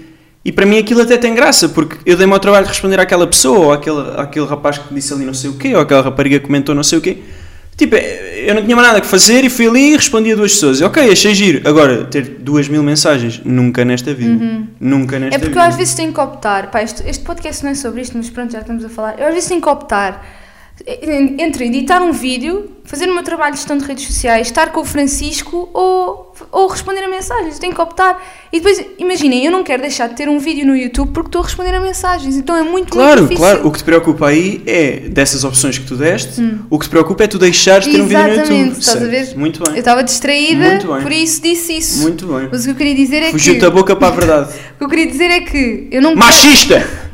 e para mim aquilo até tem graça, porque eu dei-me ao trabalho de responder àquela pessoa, ou àquele, àquele rapaz que disse ali não sei o quê, ou àquela rapariga que comentou não sei o quê. Tipo, é, eu não tinha mais nada que fazer e fui ali e respondi a duas pessoas. Ok, achei giro. Agora, ter duas mil mensagens, nunca nesta vida. Nunca nesta
É porque eu
vida.
às vezes tenho que optar, pá, este, este podcast não é sobre isto, mas pronto, já estamos a falar. Eu às vezes tenho que optar eh, en- entre editar um vídeo, fazer o meu trabalho de gestão de redes sociais, estar com o Francisco ou, ou responder a mensagens. Eu Tenho que optar. E depois, imaginem, eu não quero deixar de ter um vídeo no YouTube porque estou a responder a mensagens, então é muito,
Claro,
muito difícil.
claro. O que te preocupa aí é dessas opções que tu deste, o que te preocupa é tu deixares de ter um vídeo no
Hum. Exatamente,
YouTube.
estás a
certo?
ver?
Muito
Eu
bem.
estava distraída,
Muito bem.
por isso disse isso.
Muito bem.
Mas o que eu queria dizer é que.
Fugiu-te a boca para a verdade.
O que eu queria dizer é que eu não
Machista!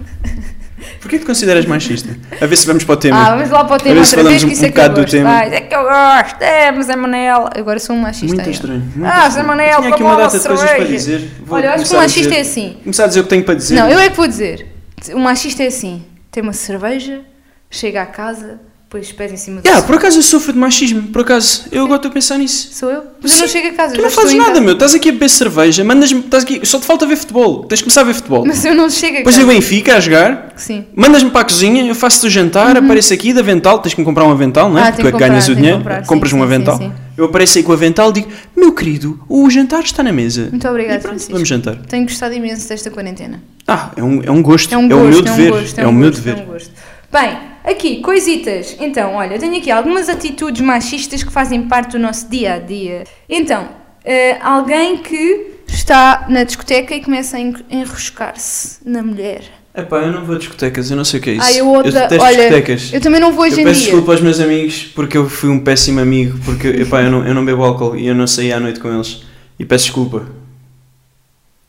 Porquê te consideras machista? A ver se vamos para o tema.
Ah, vamos lá para o tema
ver se
outra vez,
falamos
que
um
isso é que eu
bocado do
gosto.
tema.
Ah, isso é que eu gosto. É, mas é Manel. Agora sou um machista.
Muito
eu.
estranho. muito
Ah,
estranho.
Zé Manel,
Tinha aqui
vamos
uma
lá,
data de coisas para
cerveja.
dizer. Vou
Olha, eu acho que
começar
o
a
machista
dizer-
é assim.
Começar a dizer o que tenho para dizer.
Não, eu é que vou dizer. O machista é assim. Tem uma cerveja, chega à casa, põe os pés em cima do
Yeah,
sofá.
por acaso eu sofro de machismo, por acaso. Eu agora estou a pensar nisso.
Sou eu? Mas eu não
Sim,
chego a casa.
Tu
já
não
estou
fazes
em
nada,
casa.
meu. Estás aqui a beber cerveja, mandas-me. Estás aqui. Só te falta ver futebol. Tens de começar a ver futebol.
Mas eu não chego a
Depois
casa.
eu Benfica a jogar.
Sim.
Mandas-me para a cozinha, eu faço-te o jantar, apareço aqui de avental, tens que me comprar um avental, não é?
Uhum. Ah,
Porque
tenho
tu é que
que
ganhas
comprar,
o
tenho que
dinheiro,
comprar, sim,
compras um
sim, sim,
avental.
sim.
Eu apareço aí com o avental e digo: Meu querido, o jantar está na mesa.
Muito obrigada,
E pronto,
Francisco.
vamos jantar.
Tenho gostado imenso desta quarentena.
Ah, é um, é um gosto,
É um
o
gosto,
meu
é um
dever.
gosto,
é o meu
gosto,
dever.
É um gosto. Bem, aqui, coisitas. Então, olha, eu tenho aqui algumas atitudes machistas que fazem parte do nosso dia a dia. Então, eh, alguém que está na discoteca e começa a en- enroscar-se na mulher.
Epá, eu não vou a discotecas, eu não sei o que é isso.
Ah, eu odeio.
detesto
olha,
discotecas.
eu também não vou
Eu
hoje em
peço
dia.
desculpa aos meus amigos porque eu fui um péssimo amigo, porque epá, eu, não, eu não bebo álcool e eu não saí à noite com eles. E peço desculpa.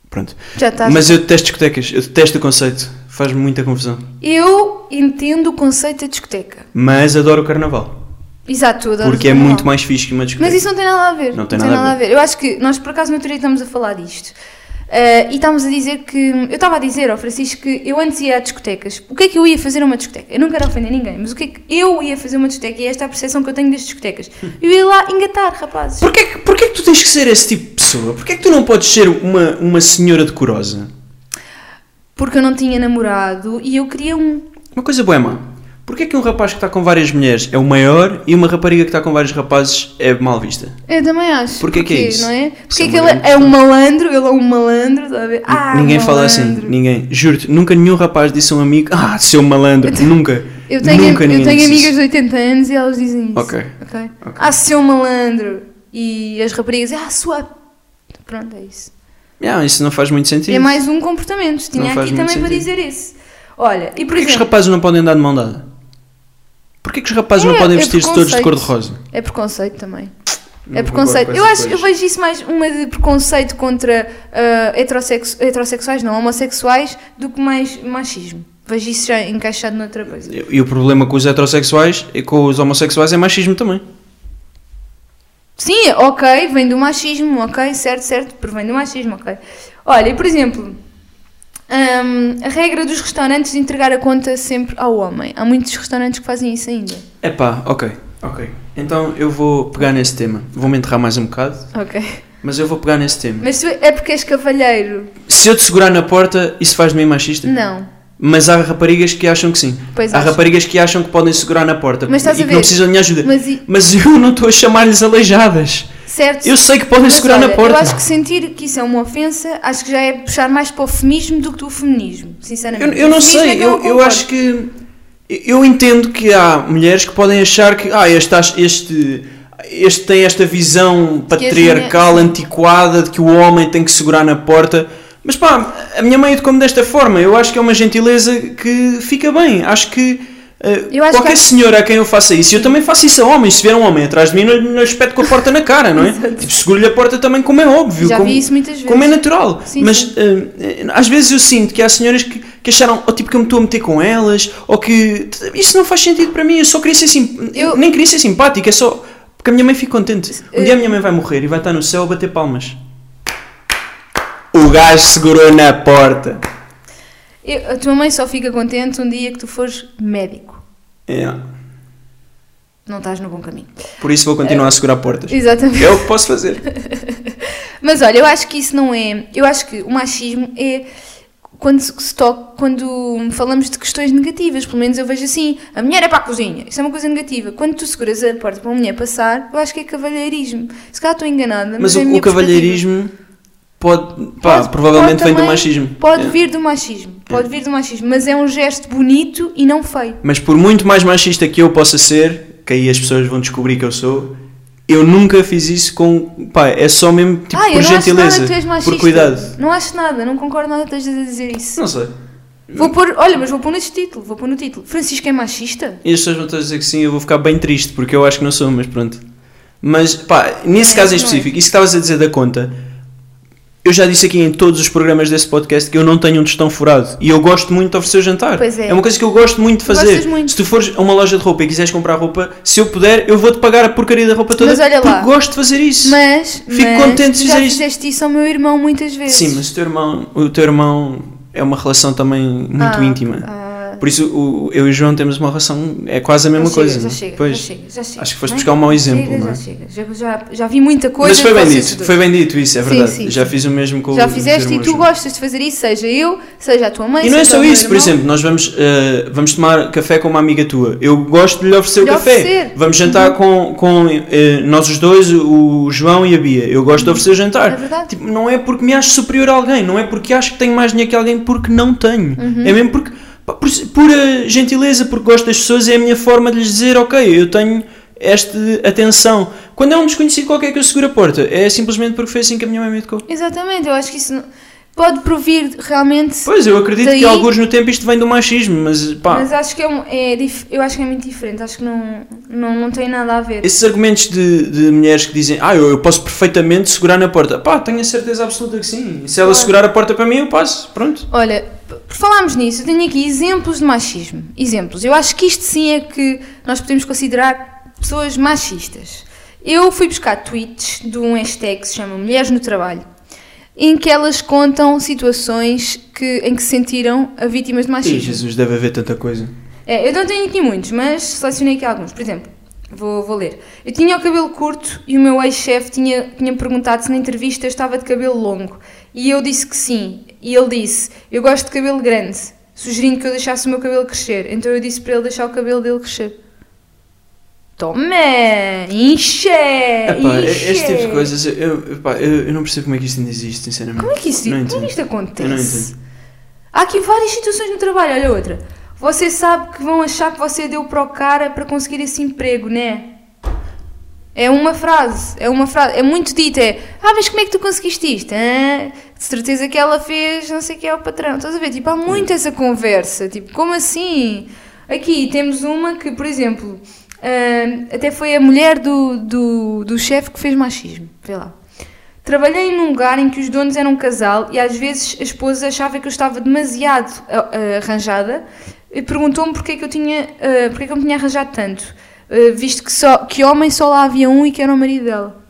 Pronto.
Já tá. estás.
Mas eu detesto discotecas, eu detesto o conceito, faz-me muita confusão.
Eu entendo o conceito da discoteca.
Mas adoro o carnaval,
Exato, eu adoro
porque é
carnaval.
muito mais fixe que uma discoteca.
Mas isso não tem nada a ver.
Não tem nada a
ver. Eu acho que nós, por acaso, no outro dia estamos a falar disto. Ah, e estávamos a dizer que. Eu estava a dizer ao Francisco que eu antes ia a discotecas. O que é que eu ia fazer a uma discoteca? Eu não quero ofender ninguém, mas o que é que eu ia fazer a uma discoteca? E esta é a percepção que eu tenho das discotecas. Eu ia lá engatar, rapazes.
Porquê, que- porquê que tu tens que ser esse tipo de pessoa? Porquê que tu não podes ser uma, uma senhora decorosa?
Porque eu não tinha namorado e eu queria um.
Uma coisa boa, mano. Porquê que um rapaz que está com várias mulheres é o maior e uma rapariga que está com vários rapazes é mal vista?
Eu também acho.
Porquê que é isso?
Não é?
Isso
Porque
é
é que
uma
ele
grande
é um malandro, ele é um malandro, está a ver? Ah,
ninguém fala assim,
malandro.
ninguém. Juro-te, nunca nenhum rapaz disse a um amigo, ah, seu malandro, nunca.
Eu tenho,
nunca
eu
ninguém
tenho
disse
amigas
isso.
de 80 anos e elas dizem isso.
Ok. Ok.
Ah, seu malandro. E as raparigas, ah, sua. Pronto, é isso.
Yeah, isso não faz muito sentido.
É mais um comportamento.
Não
Tinha
faz
aqui
muito
também para
sentido.
dizer esse. Olha, e por
Porquê que os
exemplo.
rapazes não podem andar de mão dada? Porquê que os rapazes
É,
não podem
é
vestir-se todos de
preconceito.
cor-de-rosa?
É preconceito também. é
Não
preconceito.
concordo com
Eu,
essas
acho, eu vejo isso mais uma de preconceito contra ah, heterossex- heterossexuais, não, homossexuais, do que mais machismo. Vejo isso já encaixado noutra coisa.
E e o problema com os heterossexuais e com os homossexuais é machismo também.
Sim, ok, vem do machismo, ok, certo, certo, provém do machismo, ok. Olha, e por exemplo, hum, a regra dos restaurantes de entregar a conta sempre ao homem. Há muitos restaurantes que fazem isso ainda.
Epá, ok, ok. Então eu vou pegar nesse tema. Vou-me enterrar mais um bocado,
Ok.
mas eu vou pegar nesse tema.
Mas tu é porque és cavalheiro?
Se eu te segurar na porta, isso faz de mim machista?
Não.
Mas há raparigas que acham que sim.
Pois
há
acho.
raparigas que acham que podem segurar na porta
Mas estás
e
a
que
ver?
não precisam de minha ajuda. Mas,
Mas e-
eu não estou a chamar-lhes aleijadas.
certo?
Eu sei que podem
Mas
segurar na
olha,
porta.
Eu acho que sentir que isso é uma ofensa, acho que já é puxar mais para o feminismo do que do feminismo, sinceramente.
Eu, eu não
O feminismo é
sei,
que
eu,
não
eu
concordo.
acho que. Eu entendo que há mulheres que podem achar que. Ah, este, acha- este, este tem esta visão
as
patriarcal, antiquada, de que o homem tem que segurar na porta. Mas pá, a minha mãe educou-me desta forma. Eu acho que é uma gentileza que fica bem. Acho que. eh,
Eu acho que
qualquer
há-
senhora a quem eu faça isso, eu também faço isso a homens. Se vier um homem atrás de mim, não, não espeto com a porta na cara, não é? tipo, seguro-lhe a porta também, como é óbvio.
Já
como,
vi isso muitas
como é
vezes.
natural.
Sim,
mas
sim.
eh, às vezes eu sinto que há senhoras que, que acharam, oh, tipo, que eu me estou a meter com elas, ou que isso não faz sentido para mim, eu só queria ser sim,
Eu-
nem queria ser simpática, é só porque a minha mãe fica contente. Um
Eh,
dia a minha mãe vai morrer e vai estar no céu a bater palmas. O gajo segurou na porta.
Eu- a tua mãe só fica contente um dia que tu fores médico.
É,
Não estás no bom caminho.
Por isso vou continuar a segurar portas.
Exatamente.
É o que posso fazer.
Mas olha, eu acho que isso não é. Eu acho que o machismo é quando se se toca, quando falamos de questões negativas, pelo menos eu vejo assim, a mulher é para a cozinha, isso é uma coisa negativa. Quando tu seguras a porta para uma mulher passar, eu acho que é cavalheirismo. Se calhar estou enganada, mas,
Mas
é a
o,
minha
o cavalheirismo pode, pá,
perspectiva. Pode-
provavelmente
pode
vem do
também-
machismo.
Pode
É.
vir do machismo, pode vir do machismo, mas é um gesto bonito e não feio.
Mas por muito mais machista que eu possa ser, que aí as pessoas vão descobrir que eu sou, eu nunca fiz isso com. Pá, é só mesmo tipo,
ah,
por
eu não acho
gentileza,
nada que tu és machista.
por cuidado.
Não acho nada, não concordo nada que estejas a dizer isso.
Não sei.
Vou pôr, olha, mas vou pôr neste título, vou pôr no título. Francisco é machista?
E as pessoas vão todas dizer que sim, eu vou ficar bem triste, porque eu acho que não sou, mas pronto. Mas pá, nesse
É,
caso em
não é.
específico, isso que estavas a dizer da conta, Eu já disse aqui em todos os programas desse podcast que eu não tenho um tostão furado e eu gosto muito de oferecer o jantar.
Pois é.
é uma coisa que eu gosto muito de fazer.
Gostas muito.
Se tu fores a uma loja de roupa e quiseres comprar roupa, se eu puder, eu vou-te pagar a porcaria da roupa toda.
Mas olha lá.
Porque gosto de fazer isso.
Mas,
Fico
mas
contente de
já
dizer isto.
fizeste isso ao meu irmão muitas vezes.
Sim, mas o teu irmão, o teu irmão é uma relação também é muito
Ah,
íntima.
ah,
Por isso o- eu e o João temos uma relação, é quase a mesma
já
coisa.
Chega, já
não é?
chega,
pois.
já chega, já chega.
Acho que foste
Não é?
buscar um mau exemplo,
Chega,
não é?
Já chega, já, já, já vi muita coisa.
Mas foi bem
posso
dito,
dizer
foi bem dito isso, é
Sim,
verdade.
sim,
já
sim.
fiz o mesmo com o
Já
meus
fizeste e
irmãos,
tu
não é?
gostas de fazer isso, seja eu, seja a tua mãe.
E não é
seja o
só
meu
isso, por
irmão.
exemplo, nós vamos, eh, vamos tomar café com uma amiga tua. Eu gosto de lhe oferecer o
Lhe
café.
oferecer. Uhum.
Vamos jantar com, com eh, nós os dois, o João e a Bia. Eu gosto de oferecer o jantar.
É verdade.
Tipo, não é porque me acho superior a alguém, não é porque acho que tenho mais dinheiro que alguém, porque não tenho.
Uhum.
É mesmo porque, pá, por pura gentileza, porque gosto das pessoas, é a minha forma de lhes dizer, ok, eu tenho esta atenção. Quando é um desconhecido qualquer que eu seguro a porta, é simplesmente porque foi assim que a minha mãe me educou.
Exatamente, eu acho que isso não- pode provir realmente.
Pois, eu acredito
Daí-
que alguns no tempo isto vem do machismo, mas pá.
Mas acho que é, um- é dif- eu acho que é muito diferente, acho que não, não, não tem nada a ver.
Esses argumentos de, de mulheres que dizem ah, eu, eu posso perfeitamente segurar na porta. Pá, tenho a certeza absoluta que sim. E se ela
Claro.
segurar a porta para mim, eu passo. Pronto.
Olha, p- por falarmos nisso, eu tenho aqui exemplos de machismo. Exemplos. Eu acho que isto sim é que nós podemos considerar pessoas machistas. Eu fui buscar tweets de um hashtag que se chama Mulheres no Trabalho, em que elas contam situações que, em que se sentiram a vítimas de
Ih,
machismo.
Jesus, deve haver tanta coisa.
É, eu não tenho aqui muitos, mas selecionei aqui alguns. Por exemplo, vou, vou ler. Eu tinha o cabelo curto e o meu ex-chefe tinha, tinha perguntado se na entrevista eu estava de cabelo longo. E eu disse que sim. E ele disse: Eu gosto de cabelo grande, sugerindo que eu deixasse o meu cabelo crescer. Então eu disse para ele deixar o cabelo dele crescer. Tomé! Enche! É,
Epá,
enche.
este tipo de coisas, eu, eu- epá, eu- eu não percebo como é que isto ainda existe, sinceramente.
Como é que isto,
Não
como
entendo.
isto acontece?
Eu não entendo.
Há aqui várias situações no trabalho. Olha outra. Você sabe que vão achar que você deu para o cara para conseguir esse emprego, né? É uma frase, é uma frase, é muito dita, é Ah, mas como é que tu conseguiste isto? Hã? De certeza que ela fez não sei o que é o patrão. Estás a ver? Tipo, há muito essa conversa. Tipo, como assim? Aqui temos uma que, por exemplo, hum, até foi a mulher do, do, do chefe que fez machismo. Vê lá. Trabalhei num lugar em que os donos eram um casal e às vezes a esposa achava que eu estava demasiado ah, ah, arranjada e perguntou-me porque é que eu tinha, ah, porque é que eu me tinha arranjado tanto, ah, visto que, só, que homem só lá havia um e que era o marido dela.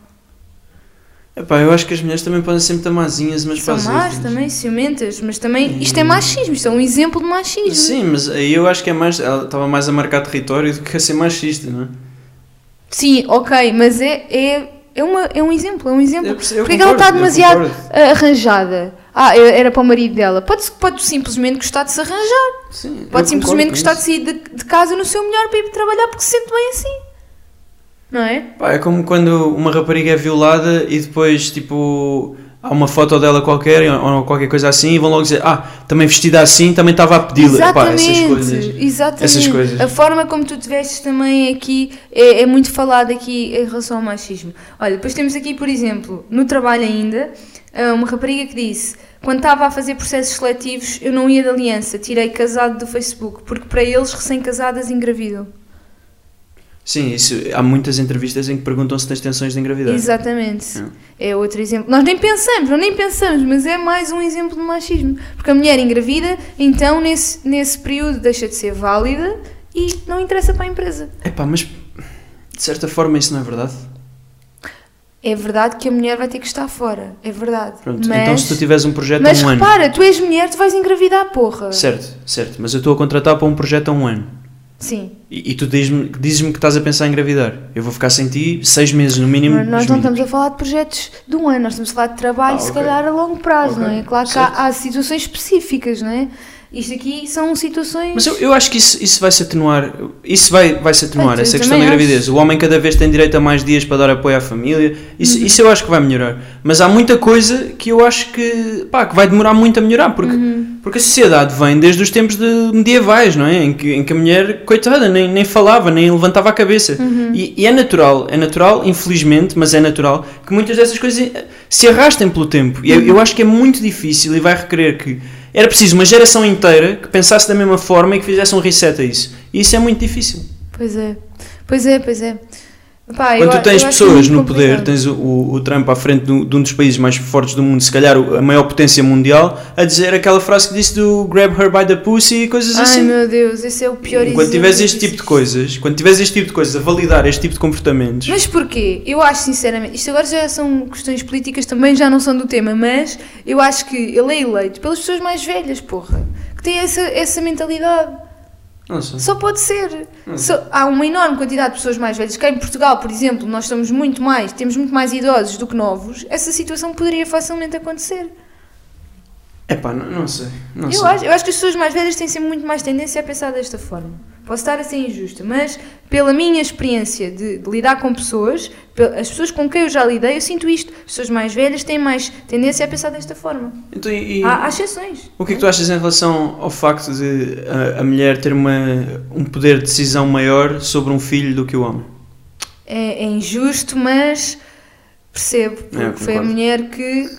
Epá, eu acho que as mulheres também podem ser muito amazinhas, mas
São
pá,
más
sim. Hum.
também, ciumentas, mas também isto é machismo, isto é um exemplo de machismo.
Sim, mas aí eu acho que é mais. Ela estava mais a marcar território do que a ser machista, não é?
Sim, ok, mas é, é, é, uma, é um exemplo, é um exemplo.
Eu perce- eu
Porque é que ela está
concordo, eu
demasiado
concordo.
ah, arranjada? Ah, eu- era para o marido dela. Pode, pode simplesmente gostar de se arranjar.
Sim.
Pode simplesmente gostar de sair de, de casa no seu melhor para ir trabalhar porque se sente bem assim. Não é?
Pá, é como quando uma rapariga é violada e depois, tipo, há uma foto dela qualquer ou ou qualquer coisa assim e vão logo dizer: Ah, também vestida assim, também estava a pedi-la. Pá, essas coisas.
exatamente.
essas coisas.
A forma como tu te vestes também aqui é, é muito falada aqui em relação ao machismo. Olha, depois temos aqui, por exemplo, no trabalho ainda, ah, uma rapariga que disse quando estava a fazer processos seletivos eu não ia de aliança, tirei casado do Facebook porque para eles recém-casadas engravidam.
Sim, isso, há muitas entrevistas em que perguntam se tens tensões de engravidar.
Exatamente. É outro exemplo. Nós nem pensamos, nós nem pensamos, mas é mais um exemplo de machismo. Porque a mulher engravida, então nesse, nesse período deixa de ser válida e não interessa para a empresa.
Epá, mas de certa forma isso não é verdade.
É verdade que a mulher vai ter que estar fora, é verdade.
Pronto,
mas
então se tu tiveres um projeto
mas
a um ano.
repara, tu és mulher, tu vais engravidar, porra.
Certo, certo, mas eu estou a contratar para um projeto a um ano.
Sim.
E, e tu dizes-me dizes que estás a pensar em engravidar. Eu vou ficar sem ti seis meses no mínimo.
Mas nós
os
não
mínimos.
estamos a falar de projetos de um ano, nós estamos a falar de trabalho,
Ah,
se
ok.
calhar a longo prazo,
Ok,
não é? Claro que
certo.
há, há situações específicas, não é? Isto aqui são situações.
Mas eu, eu acho que isso, isso vai se atenuar. Isso vai, vai se atenuar,
Ah, eu
essa questão da
também
gravidez. O homem cada vez tem direito a mais dias para dar apoio à família. Isso,
Uhum.
isso eu acho que vai melhorar. Mas há muita coisa que eu acho que, pá, que vai demorar muito a melhorar. Porque,
Uhum.
porque a sociedade vem desde os tempos de medievais, não é? Em que, em que a mulher, coitada, nem, nem falava, nem levantava a cabeça.
Uhum.
E, e é natural, é natural, infelizmente, mas é natural, que muitas dessas coisas eh, se arrastem pelo tempo. E
Uhum.
eu, eu acho que é muito difícil e vai requerer que. Era preciso uma geração inteira que pensasse da mesma forma e que fizesse um reset a isso. E isso é muito difícil.
Pois é, pois é, pois é. Pá, eu
Quando
a-
tu tens
eu acho muito
pessoas no poder,
complicado.
tens o, o, o Trump à frente de um, de um dos países mais fortes do mundo, se calhar o- a maior potência mundial, a dizer aquela frase que disse do grab her by the pussy e coisas
Ai
assim.
meu Deus, esse é o pior
Quando tiveres
exemplo
este tipo de
disso.
coisas, quando tiveres este tipo de coisas a validar este tipo de comportamentos,
Mas porquê? Eu acho sinceramente, isto agora já são questões políticas também, já não são do tema, mas eu acho que ele é eleito pelas pessoas mais velhas, porra, que têm essa, essa mentalidade.
não sei.
Só pode ser.
Hum.
Só- há uma enorme quantidade de pessoas mais velhas. Cá em Portugal, por exemplo, nós somos muito mais, temos muito mais idosos do que novos. Essa situação poderia facilmente acontecer.
É pá, não, não sei. Não
Eu
sei.
acho, eu acho que as pessoas mais velhas têm sempre muito mais tendência a pensar desta forma. Posso estar a ser injusta, mas pela minha experiência de, de lidar com pessoas, pe- as pessoas com quem eu já lidei, eu sinto isto. As pessoas mais velhas têm mais tendência a pensar desta forma.
Então, e- e-
Há, há exceções.
O que é que tu achas em relação ao facto de a, a mulher ter uma, um poder de decisão maior sobre um filho do que o homem?
É, é injusto, mas percebo. Porque foi a
É, concordo.
mulher que,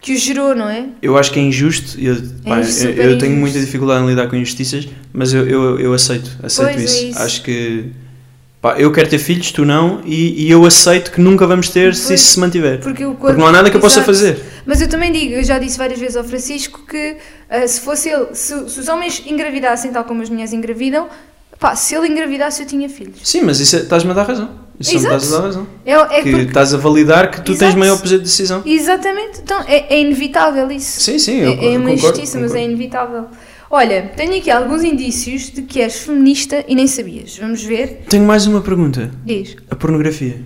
que o gerou, não é?
Eu acho que é injusto, eu, pá, eu-
super
eu, tenho
injusto.
muita dificuldade em lidar com injustiças, mas eu, eu, eu aceito, aceito
Pois é
isso.
isso.
Acho que pá, eu quero ter filhos, tu não, e, e eu aceito que nunca vamos ter se
Pois.
isso se mantiver.
Porque, o corpo,
Porque não há nada que eu possa
Exato.
fazer.
Mas eu também digo, eu já disse várias vezes ao Francisco que ah, se fosse ele, se, se os homens engravidassem tal como as mulheres engravidam, pá, se ele engravidasse eu tinha filhos.
Sim, mas isso é- estás-me a dar razão. Isso não
Exato.
estás a dar razão.
É, é
que
porque-
estás a validar que tu tens
Exato.
maior poder de decisão.
Exatamente, então é, é inevitável isso.
Sim, sim,
é,
eu,
é
eu concordo,
uma injustiça, mas é
concordo.
inevitável. Olha, tenho aqui alguns indícios de que és feminista e nem sabias. Vamos ver.
Tenho mais uma pergunta.
Diz.
A pornografia.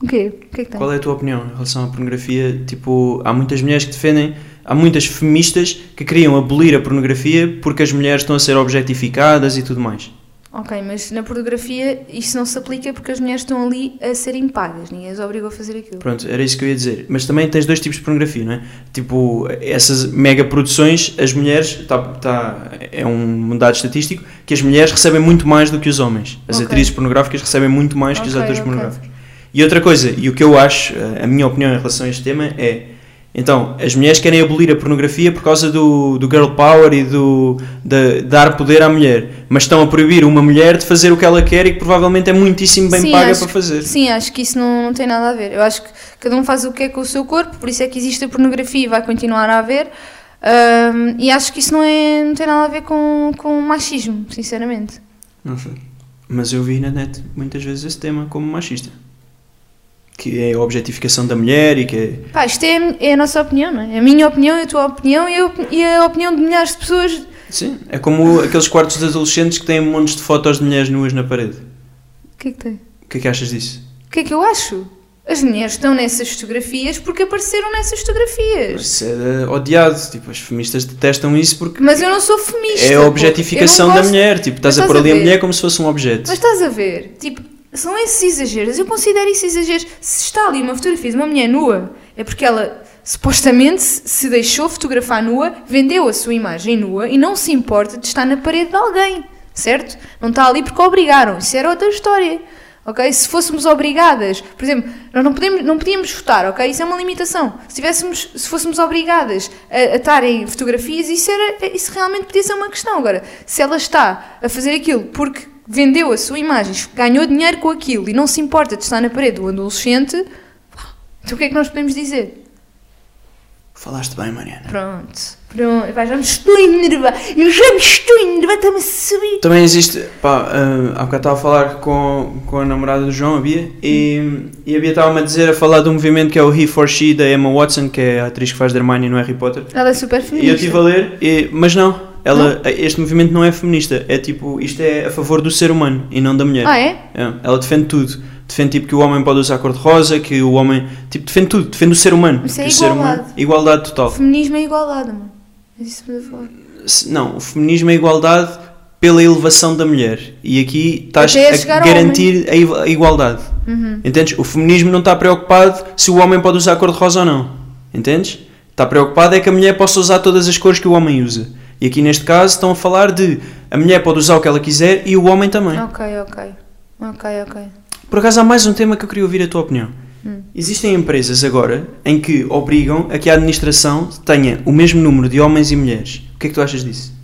O quê? O que é que tem?
Qual é a tua opinião em relação à pornografia? Tipo, há muitas mulheres que defendem, há muitas feministas que queriam abolir a pornografia porque as mulheres estão a ser objetificadas e tudo mais.
Ok, mas na pornografia isso não se aplica porque as mulheres estão ali a serem pagas. Ninguém as obrigou a fazer aquilo.
Pronto, era isso que eu ia dizer. Mas também tens dois tipos de pornografia, não é? Tipo, essas mega produções, as mulheres, tá, tá, é um dado estatístico, que as mulheres recebem muito mais do que os homens. As
Ok.
atrizes pornográficas recebem muito mais que os
Ok,
atores
ok.
pornográficos. E outra coisa, e o que eu acho, a minha opinião em relação a este tema é. Então, as mulheres querem abolir a pornografia por causa do, do girl power e do de dar poder à mulher, mas estão a proibir uma mulher de fazer o que ela quer e que provavelmente é muitíssimo bem
Sim,
paga
acho
para
que-
fazer.
Sim, acho que isso não, não tem nada a ver. Eu acho que cada um faz o que é com o seu corpo, por isso é que existe a pornografia e vai continuar a haver. Ahm, e acho que isso não, é, não tem nada a ver com, com machismo, sinceramente.
Não sei. Mas eu vi na net muitas vezes esse tema como machista. Que é a objetificação da mulher e que é.
Pá, isto é, a- é a nossa opinião, não é? A minha opinião, a tua opinião e a, op- e a opinião de milhares de pessoas.
Sim, é como aqueles quartos de adolescentes que têm montes de fotos de mulheres nuas na parede.
O que é que tem?
O que é que achas disso?
O que é que eu acho? As mulheres estão nessas fotografias porque apareceram nessas fotografias.
Isso é eh, odiado. Tipo, as feministas detestam isso porque
Mas eu não sou feminista.
é
pô.
a
Eu não
objetificação da
gosto-
mulher. Tipo,
Mas
estás a
estás
pôr
a
ali a
ver.
mulher como se fosse um objeto.
Mas estás a ver, tipo, são esses exageros. Eu considero isso exageros. Se está ali uma fotografia de uma mulher nua, é porque ela supostamente se se deixou fotografar nua, vendeu a sua imagem nua e não se importa de estar na parede de alguém, certo? Não está ali porque a obrigaram. Isso era outra história. Ok? Se fôssemos obrigadas, por exemplo, nós não, podemos, não podíamos votar, ok? Isso é uma limitação. Se, tivéssemos, se fôssemos obrigadas a, a estar em fotografias, isso, era, isso realmente podia ser uma questão. Agora, se ela está a fazer aquilo porque vendeu a sua imagem, ganhou dinheiro com aquilo e não se importa de estar na parede do adolescente, pá, então o que é que nós podemos dizer?
Falaste bem, Mariana.
Pronto, pronto, vai, já me estou a enervar, eu já me estou a enervar, está-me a subir.
Também existe, pá, ah, há bocado estava a falar com, com a namorada do João, a Bia, e, e a Bia estava-me a dizer, a falar de um movimento que é o He for She da Emma Watson, que é a atriz que faz de Hermione no Harry Potter.
Ela é super feminista.
E eu estive a ler, e- mas não, ela, este movimento não é feminista, é tipo, isto é a favor do ser humano e não da mulher.
Ah, é?
É, ela defende tudo. Defende tipo que o homem pode usar cor-de-rosa, que o homem. Tipo, defende tudo, defende o ser humano.
Isso é
que o ser
igualdade.
humano- igualdade total.
Feminismo é igualdade, mano. Mas isso me dá falar.
Se- Não, o feminismo é igualdade pela elevação da mulher. E aqui estás
Até a
a
chegar ao
garantir a iva- a igualdade.
Uhum.
Entendes? O feminismo não está preocupado se o homem pode usar a cor de rosa ou não. Entendes? Está preocupado é que a mulher possa usar todas as cores que o homem usa. E aqui neste caso estão a falar de a mulher pode usar o que ela quiser e o homem também.
Ok, ok. Ok, ok.
Por acaso há mais um tema que eu queria ouvir a tua opinião.
Hum.
Existem empresas agora em que obrigam a que a administração tenha o mesmo número de homens e mulheres. O que é que tu achas disso?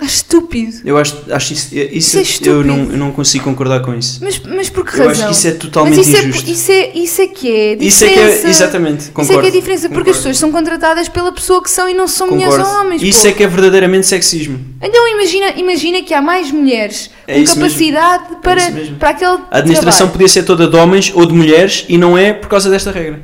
Acho estúpido.
Eu acho, acho isso,
Isso
isso,
é
eu,
estúpido.
não, eu não consigo concordar com isso.
Mas, mas por que
Eu acho
razão?
que isso é totalmente
mas isso
injusto.
É, isso, é, isso é que é diferença.
Isso é que é, exatamente, concordo.
Isso é que é a diferença, porque as
concordo,
pessoas são contratadas pela pessoa que são e não são mulheres ou
concordo.
homens.
Isso
pô.
é que é verdadeiramente sexismo.
Então imagina, imagina que há mais mulheres
É
com
isso É
capacidade para,
isso mesmo.
para aquele
A administração
trabalho.
podia ser toda de homens ou de mulheres e não é por causa desta regra.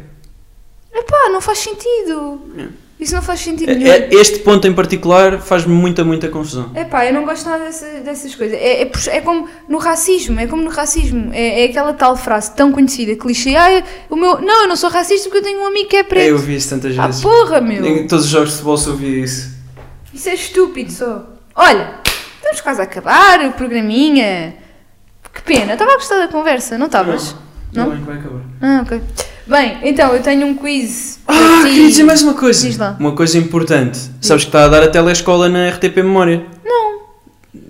Epá, não faz sentido.
Não.
Isso não faz sentido
É-
nenhum.
é- Este ponto em particular faz-me muita, muita confusão.
Epá, eu não gosto nada dessa- dessas coisas. É, é por- é como no racismo, é como no racismo. É, é aquela tal frase tão conhecida, clichê. Ah, eu- o meu... Não, eu não sou racista porque eu tenho um amigo que é
É, eu
preto.
vi isso tantas
ah,
vezes.
porra, meu.
Em todos os jogos de futebol se ouvia isso.
Isso é estúpido só. Olha, estamos quase a acabar o programinha. Que pena, estava a gostar da conversa, não estavas? Não?
Tá Bem, é vai acabar.
Ah, ok. Bem, então eu tenho um quiz. para
Ah,
ti.
queria dizer mais uma coisa.
Diz lá.
Uma coisa importante. Sabes que está a dar a telescola na RTP Memória.
Não.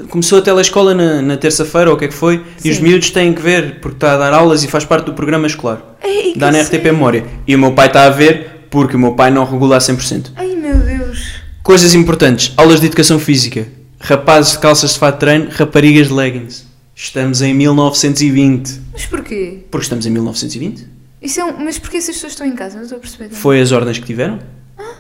Começou a telescola na, na terça-feira, ou o que é que foi, e os
Sim.
miúdos têm que ver, porque está a dar aulas e faz parte do programa escolar.
Ei, que é-
Dá na
sério?
RTP Memória. E o meu pai está a ver, porque o meu pai não regula a 100%.
Ai meu Deus.
Coisas importantes. Aulas de educação física. Rapazes de calças de fato de treino, raparigas de leggings. Estamos em 1920.
Mas porquê?
Porque estamos em 1920?
Isso é um... Mas porquê essas pessoas estão em casa? Não estou a perceber.
Foi as ordens que tiveram.
Ah.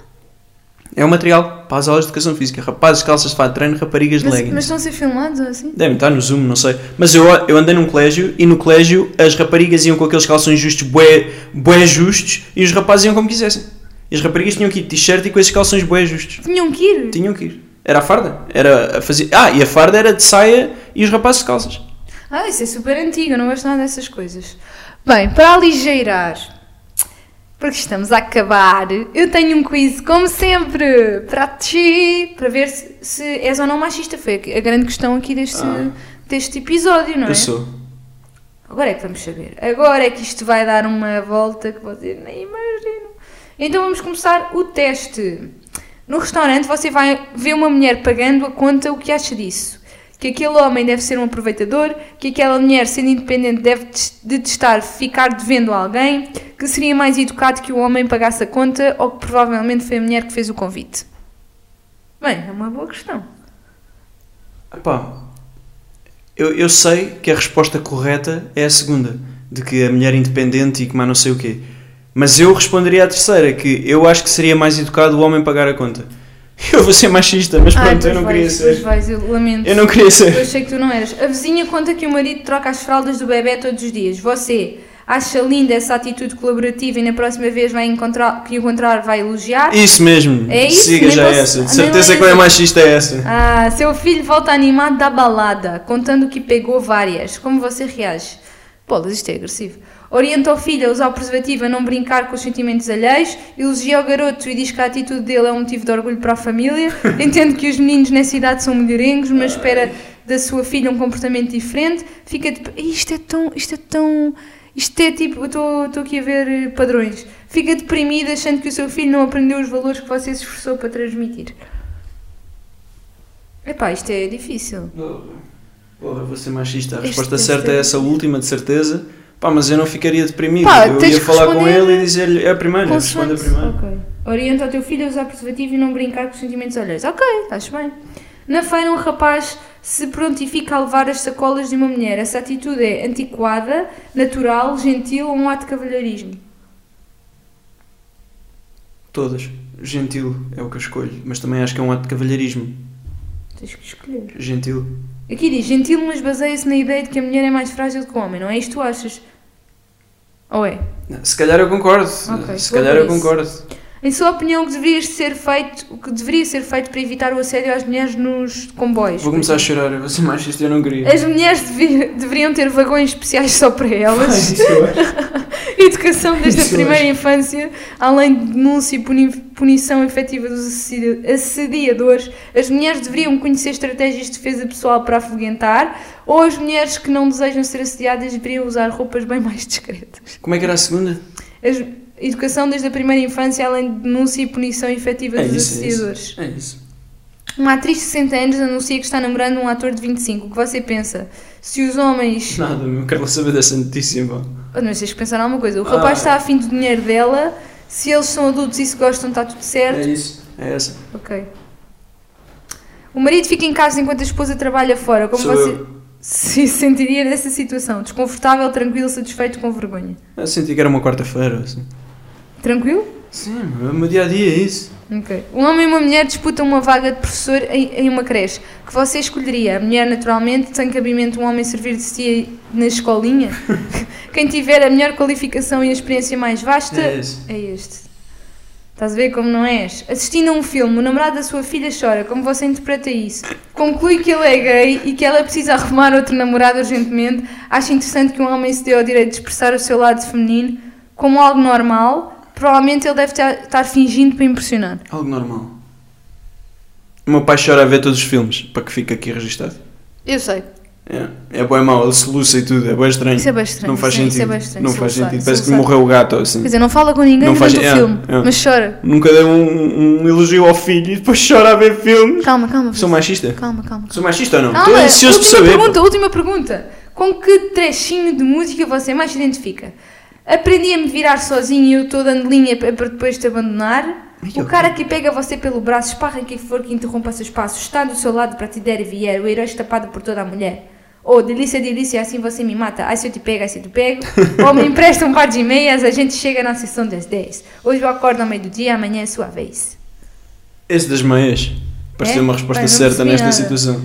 É o material para as aulas de educação física. Rapazes de calças de fato de treino, raparigas de
mas,
leggings.
mas estão a ser filmados ou assim?
Devem estar no Zoom, não sei. Mas eu, eu andei num colégio e no colégio as raparigas iam com aqueles calções justos, bué, bué justos, e os rapazes iam como quisessem. E as raparigas tinham que ir de t-shirt e com esses calções bué justos.
Tinham que ir?
Tinham que ir. Era a farda. Era a fazer... Ah, e a farda era de saia e os rapazes de calças.
Ah, isso é super antigo, eu não gosto nada dessas coisas. Bem, para aligeirar, porque estamos a acabar, eu tenho um quiz, como sempre, para ti, para ver se, se és ou não machista. Foi a grande questão aqui deste,
Ah.
deste episódio, não é?
Eu sou.
Agora é que vamos saber. Agora é que isto vai dar uma volta que vocês nem imaginam. Então vamos começar o teste. No restaurante você vai ver uma mulher pagando a conta o que acha disso. Que aquele homem deve ser um aproveitador, que aquela mulher, sendo independente, deve des- detestar ficar devendo a alguém, que seria mais educado que o homem pagasse a conta ou que provavelmente foi a mulher que fez o convite. Bem, é uma boa questão.
Epá, eu, eu sei que a resposta correta é a segunda, de que a mulher é independente e que mais não sei o quê. Mas eu responderia à terceira, que eu acho que seria mais educado o homem pagar a conta. Eu vou ser machista, mas
Ai,
pronto, eu
pois
não
vais,
queria
pois
ser.
vais, eu lamento.
Eu não queria
Eu
ser.
achei que tu não eras. A vizinha conta que o marido troca as fraldas do bebê todos os dias. Você acha linda essa atitude colaborativa e na próxima vez vai encontrar, que encontrar vai elogiar?
Isso mesmo.
É isso,
Siga
nem
já
posso-
essa.
nem
De certeza
é
que eu é
essa.
machista é essa.
Ah, seu filho volta animado da balada, contando que pegou várias. Como você reage? Bolas, isto é agressivo. Orienta o filho a usar o preservativo a não brincar com os sentimentos alheios, elogia o garoto e diz que a atitude dele é um motivo de orgulho para a família. Entende que os meninos nessa idade são melhorengos, mas espera da sua filha um comportamento diferente. Fica tipo, isto é tão, isto é tão, isto é tipo, eu estou estou aqui a ver eh, padrões. Fica deprimida achando que o seu filho não aprendeu os valores que você se esforçou para transmitir. Epá, isto é difícil.
Porra, eu vou ser machista. A
Este
resposta
deve
certa
ser.
é essa última, de certeza. Pá, mas eu não ficaria deprimido.
Pá,
eu
tens
ia
que
falar com
responder
ele e dizer-lhe, é a primeira, responde a
Consoante.
primeira.
Ok. Orienta o teu filho a usar preservativo e não brincar com os sentimentos alheios. Ok, estás bem. Na feira, um rapaz se prontifica a levar as sacolas de uma mulher. Essa atitude é antiquada, natural, gentil ou um ato de cavalheirismo?
Todas. Gentil é o que eu escolho, mas também acho que é um ato de cavalheirismo.
Tens que escolher.
Gentil.
Aqui diz gentil, mas baseia-se na ideia de que a mulher é mais frágil que o homem, não é isto que tu achas? Ou é?
Se calhar eu concordo.
Ok,
Se
vou
calhar
por
eu
isso.
concordo.
Em sua opinião, o que deveria ser feito, o que deveria ser feito para evitar o assédio às mulheres nos comboios?
Vou começar a chorar, eu vou ser machista, eu não queria.
As mulheres devi- deveriam ter vagões especiais só para elas.
É Isso eu acho.
Educação desde a
Isso
primeira infância, além de denúncia e puni- punição efetiva dos assedi- assediadores, as mulheres deveriam conhecer estratégias de defesa pessoal para afoguentar, ou as mulheres que não desejam ser assediadas deveriam usar roupas bem mais discretas.
Como é que era a segunda?
As- educação desde a primeira infância, além de denúncia e punição efetiva
É
dos
isso, é
assediadores.
isso. É isso.
Uma atriz de 60 anos anuncia que está namorando um ator de 25. O que você pensa? Se os homens.
Nada, meu, quero lá saber dessa notícia, pá.
Oh, Mas tens que pensar em alguma coisa. O rapaz
Ah.
está afim do dinheiro dela. Se eles são adultos e se gostam, está tudo certo.
É isso. É essa.
Ok. O marido fica em casa enquanto a esposa trabalha fora. Como
Sou
você
eu.
se sentiria nessa situação? Desconfortável, tranquilo, satisfeito, com vergonha.
Eu senti que era uma quarta-feira. Assim.
Tranquilo?
Sim, é o meu dia a dia, é isso.
Ok. Um homem e uma mulher disputam uma vaga de professor em, em uma creche. Que você escolheria? A mulher, naturalmente, tem cabimento um homem servir de tia na escolinha? Quem tiver a melhor qualificação e a experiência mais vasta
É isso.
É este. Estás a ver como não és? Assistindo a um filme, o namorado da sua filha chora. Como você interpreta isso? Conclui que ele é gay e que ela precisa arrumar outro namorado urgentemente. Acha interessante que um homem se dê ao direito de expressar o seu lado feminino como algo normal. Provavelmente ele deve ter- estar fingindo para impressionar.
Algo normal. O meu pai chora a ver todos os filmes, para que fique aqui registado.
Eu sei.
É, é bem mau, ele soluça e tudo, é bem estranho.
Isso é bem estranho,
Não faz
sim,
sentido.
isso é bem estranho,
Não faz
soluçar,
sentido. Parece que
soluçar.
morreu o gato ou assim.
Quer dizer, não fala com ninguém
Não
durante
faz-
o
é,
filme,
é.
mas chora.
Nunca dei um, um elogio ao filho e depois chora a ver filmes.
Calma, calma.
Sou machista?
Calma, calma.
Sou machista ou não?
Calma,
Estou ansioso de
última
saber.
pergunta, última pergunta. Com que trechinho de música você mais se identifica? Aprendi a me virar sozinho e eu estou dando linha pa- para depois te abandonar.
Ai,
O
eu-
cara que pega você pelo braço, esparra quem for que interrompa seus passos, está do seu lado para te der e vier, o herói estapado por toda a mulher. Ou delícia, delícia, assim você me mata, ai se eu te pego, ai se eu te pego. Ou me empresta um par de meias, a gente chega na sessão das 10. Hoje eu acordo ao meio do dia, amanhã é sua vez.
Esse das meias. Pareceu
É?
uma resposta
Bem, não
certa
percebi
nesta
nada.
situação.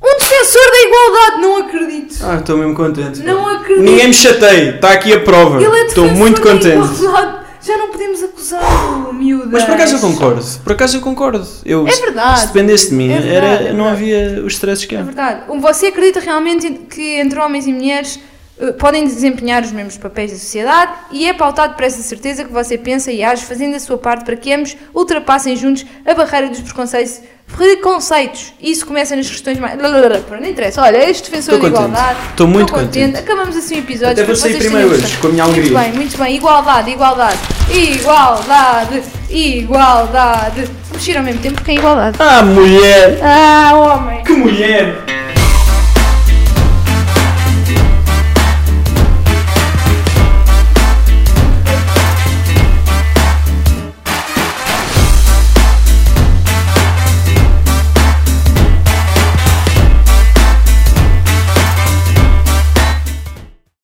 Um defensor da igualdade, não acredito!
Ah, estou mesmo contente.
Não
pá.
acredito.
Ninguém me chateia, está aqui a prova.
Ele é
Estou
defensor
muito
da
contente.
igualdade. Já não podemos acusá-lo, miúda.
Mas por acaso eu concordo, por acaso eu concordo. Eu,
É verdade.
Se dependesse de mim,
É verdade,
era,
é verdade.
não havia os stresses que
É
há.
verdade. Você acredita realmente que entre homens e mulheres eh, podem desempenhar os mesmos papéis da sociedade e é pautado por essa certeza que você pensa e age fazendo a sua parte para que ambos ultrapassem juntos a barreira dos preconceitos. Preconceitos. Isso começa nas questões mais. Lá, lá, lá, lá. Pronto, não interessa. Olha, este defensor
Tô
da
contente.
igualdade.
Tô muito
Tô
contente.
Acabamos assim o episódio.
Até vou
Espero que
sair
vocês
primeiro
tenham
hoje,
gostado.
com a minha
Muito
alegria.
bem, muito bem. Igualdade, igualdade. Igualdade, igualdade. Mexer ao mesmo tempo porque é igualdade.
Ah, mulher!
Ah, homem.
Que mulher!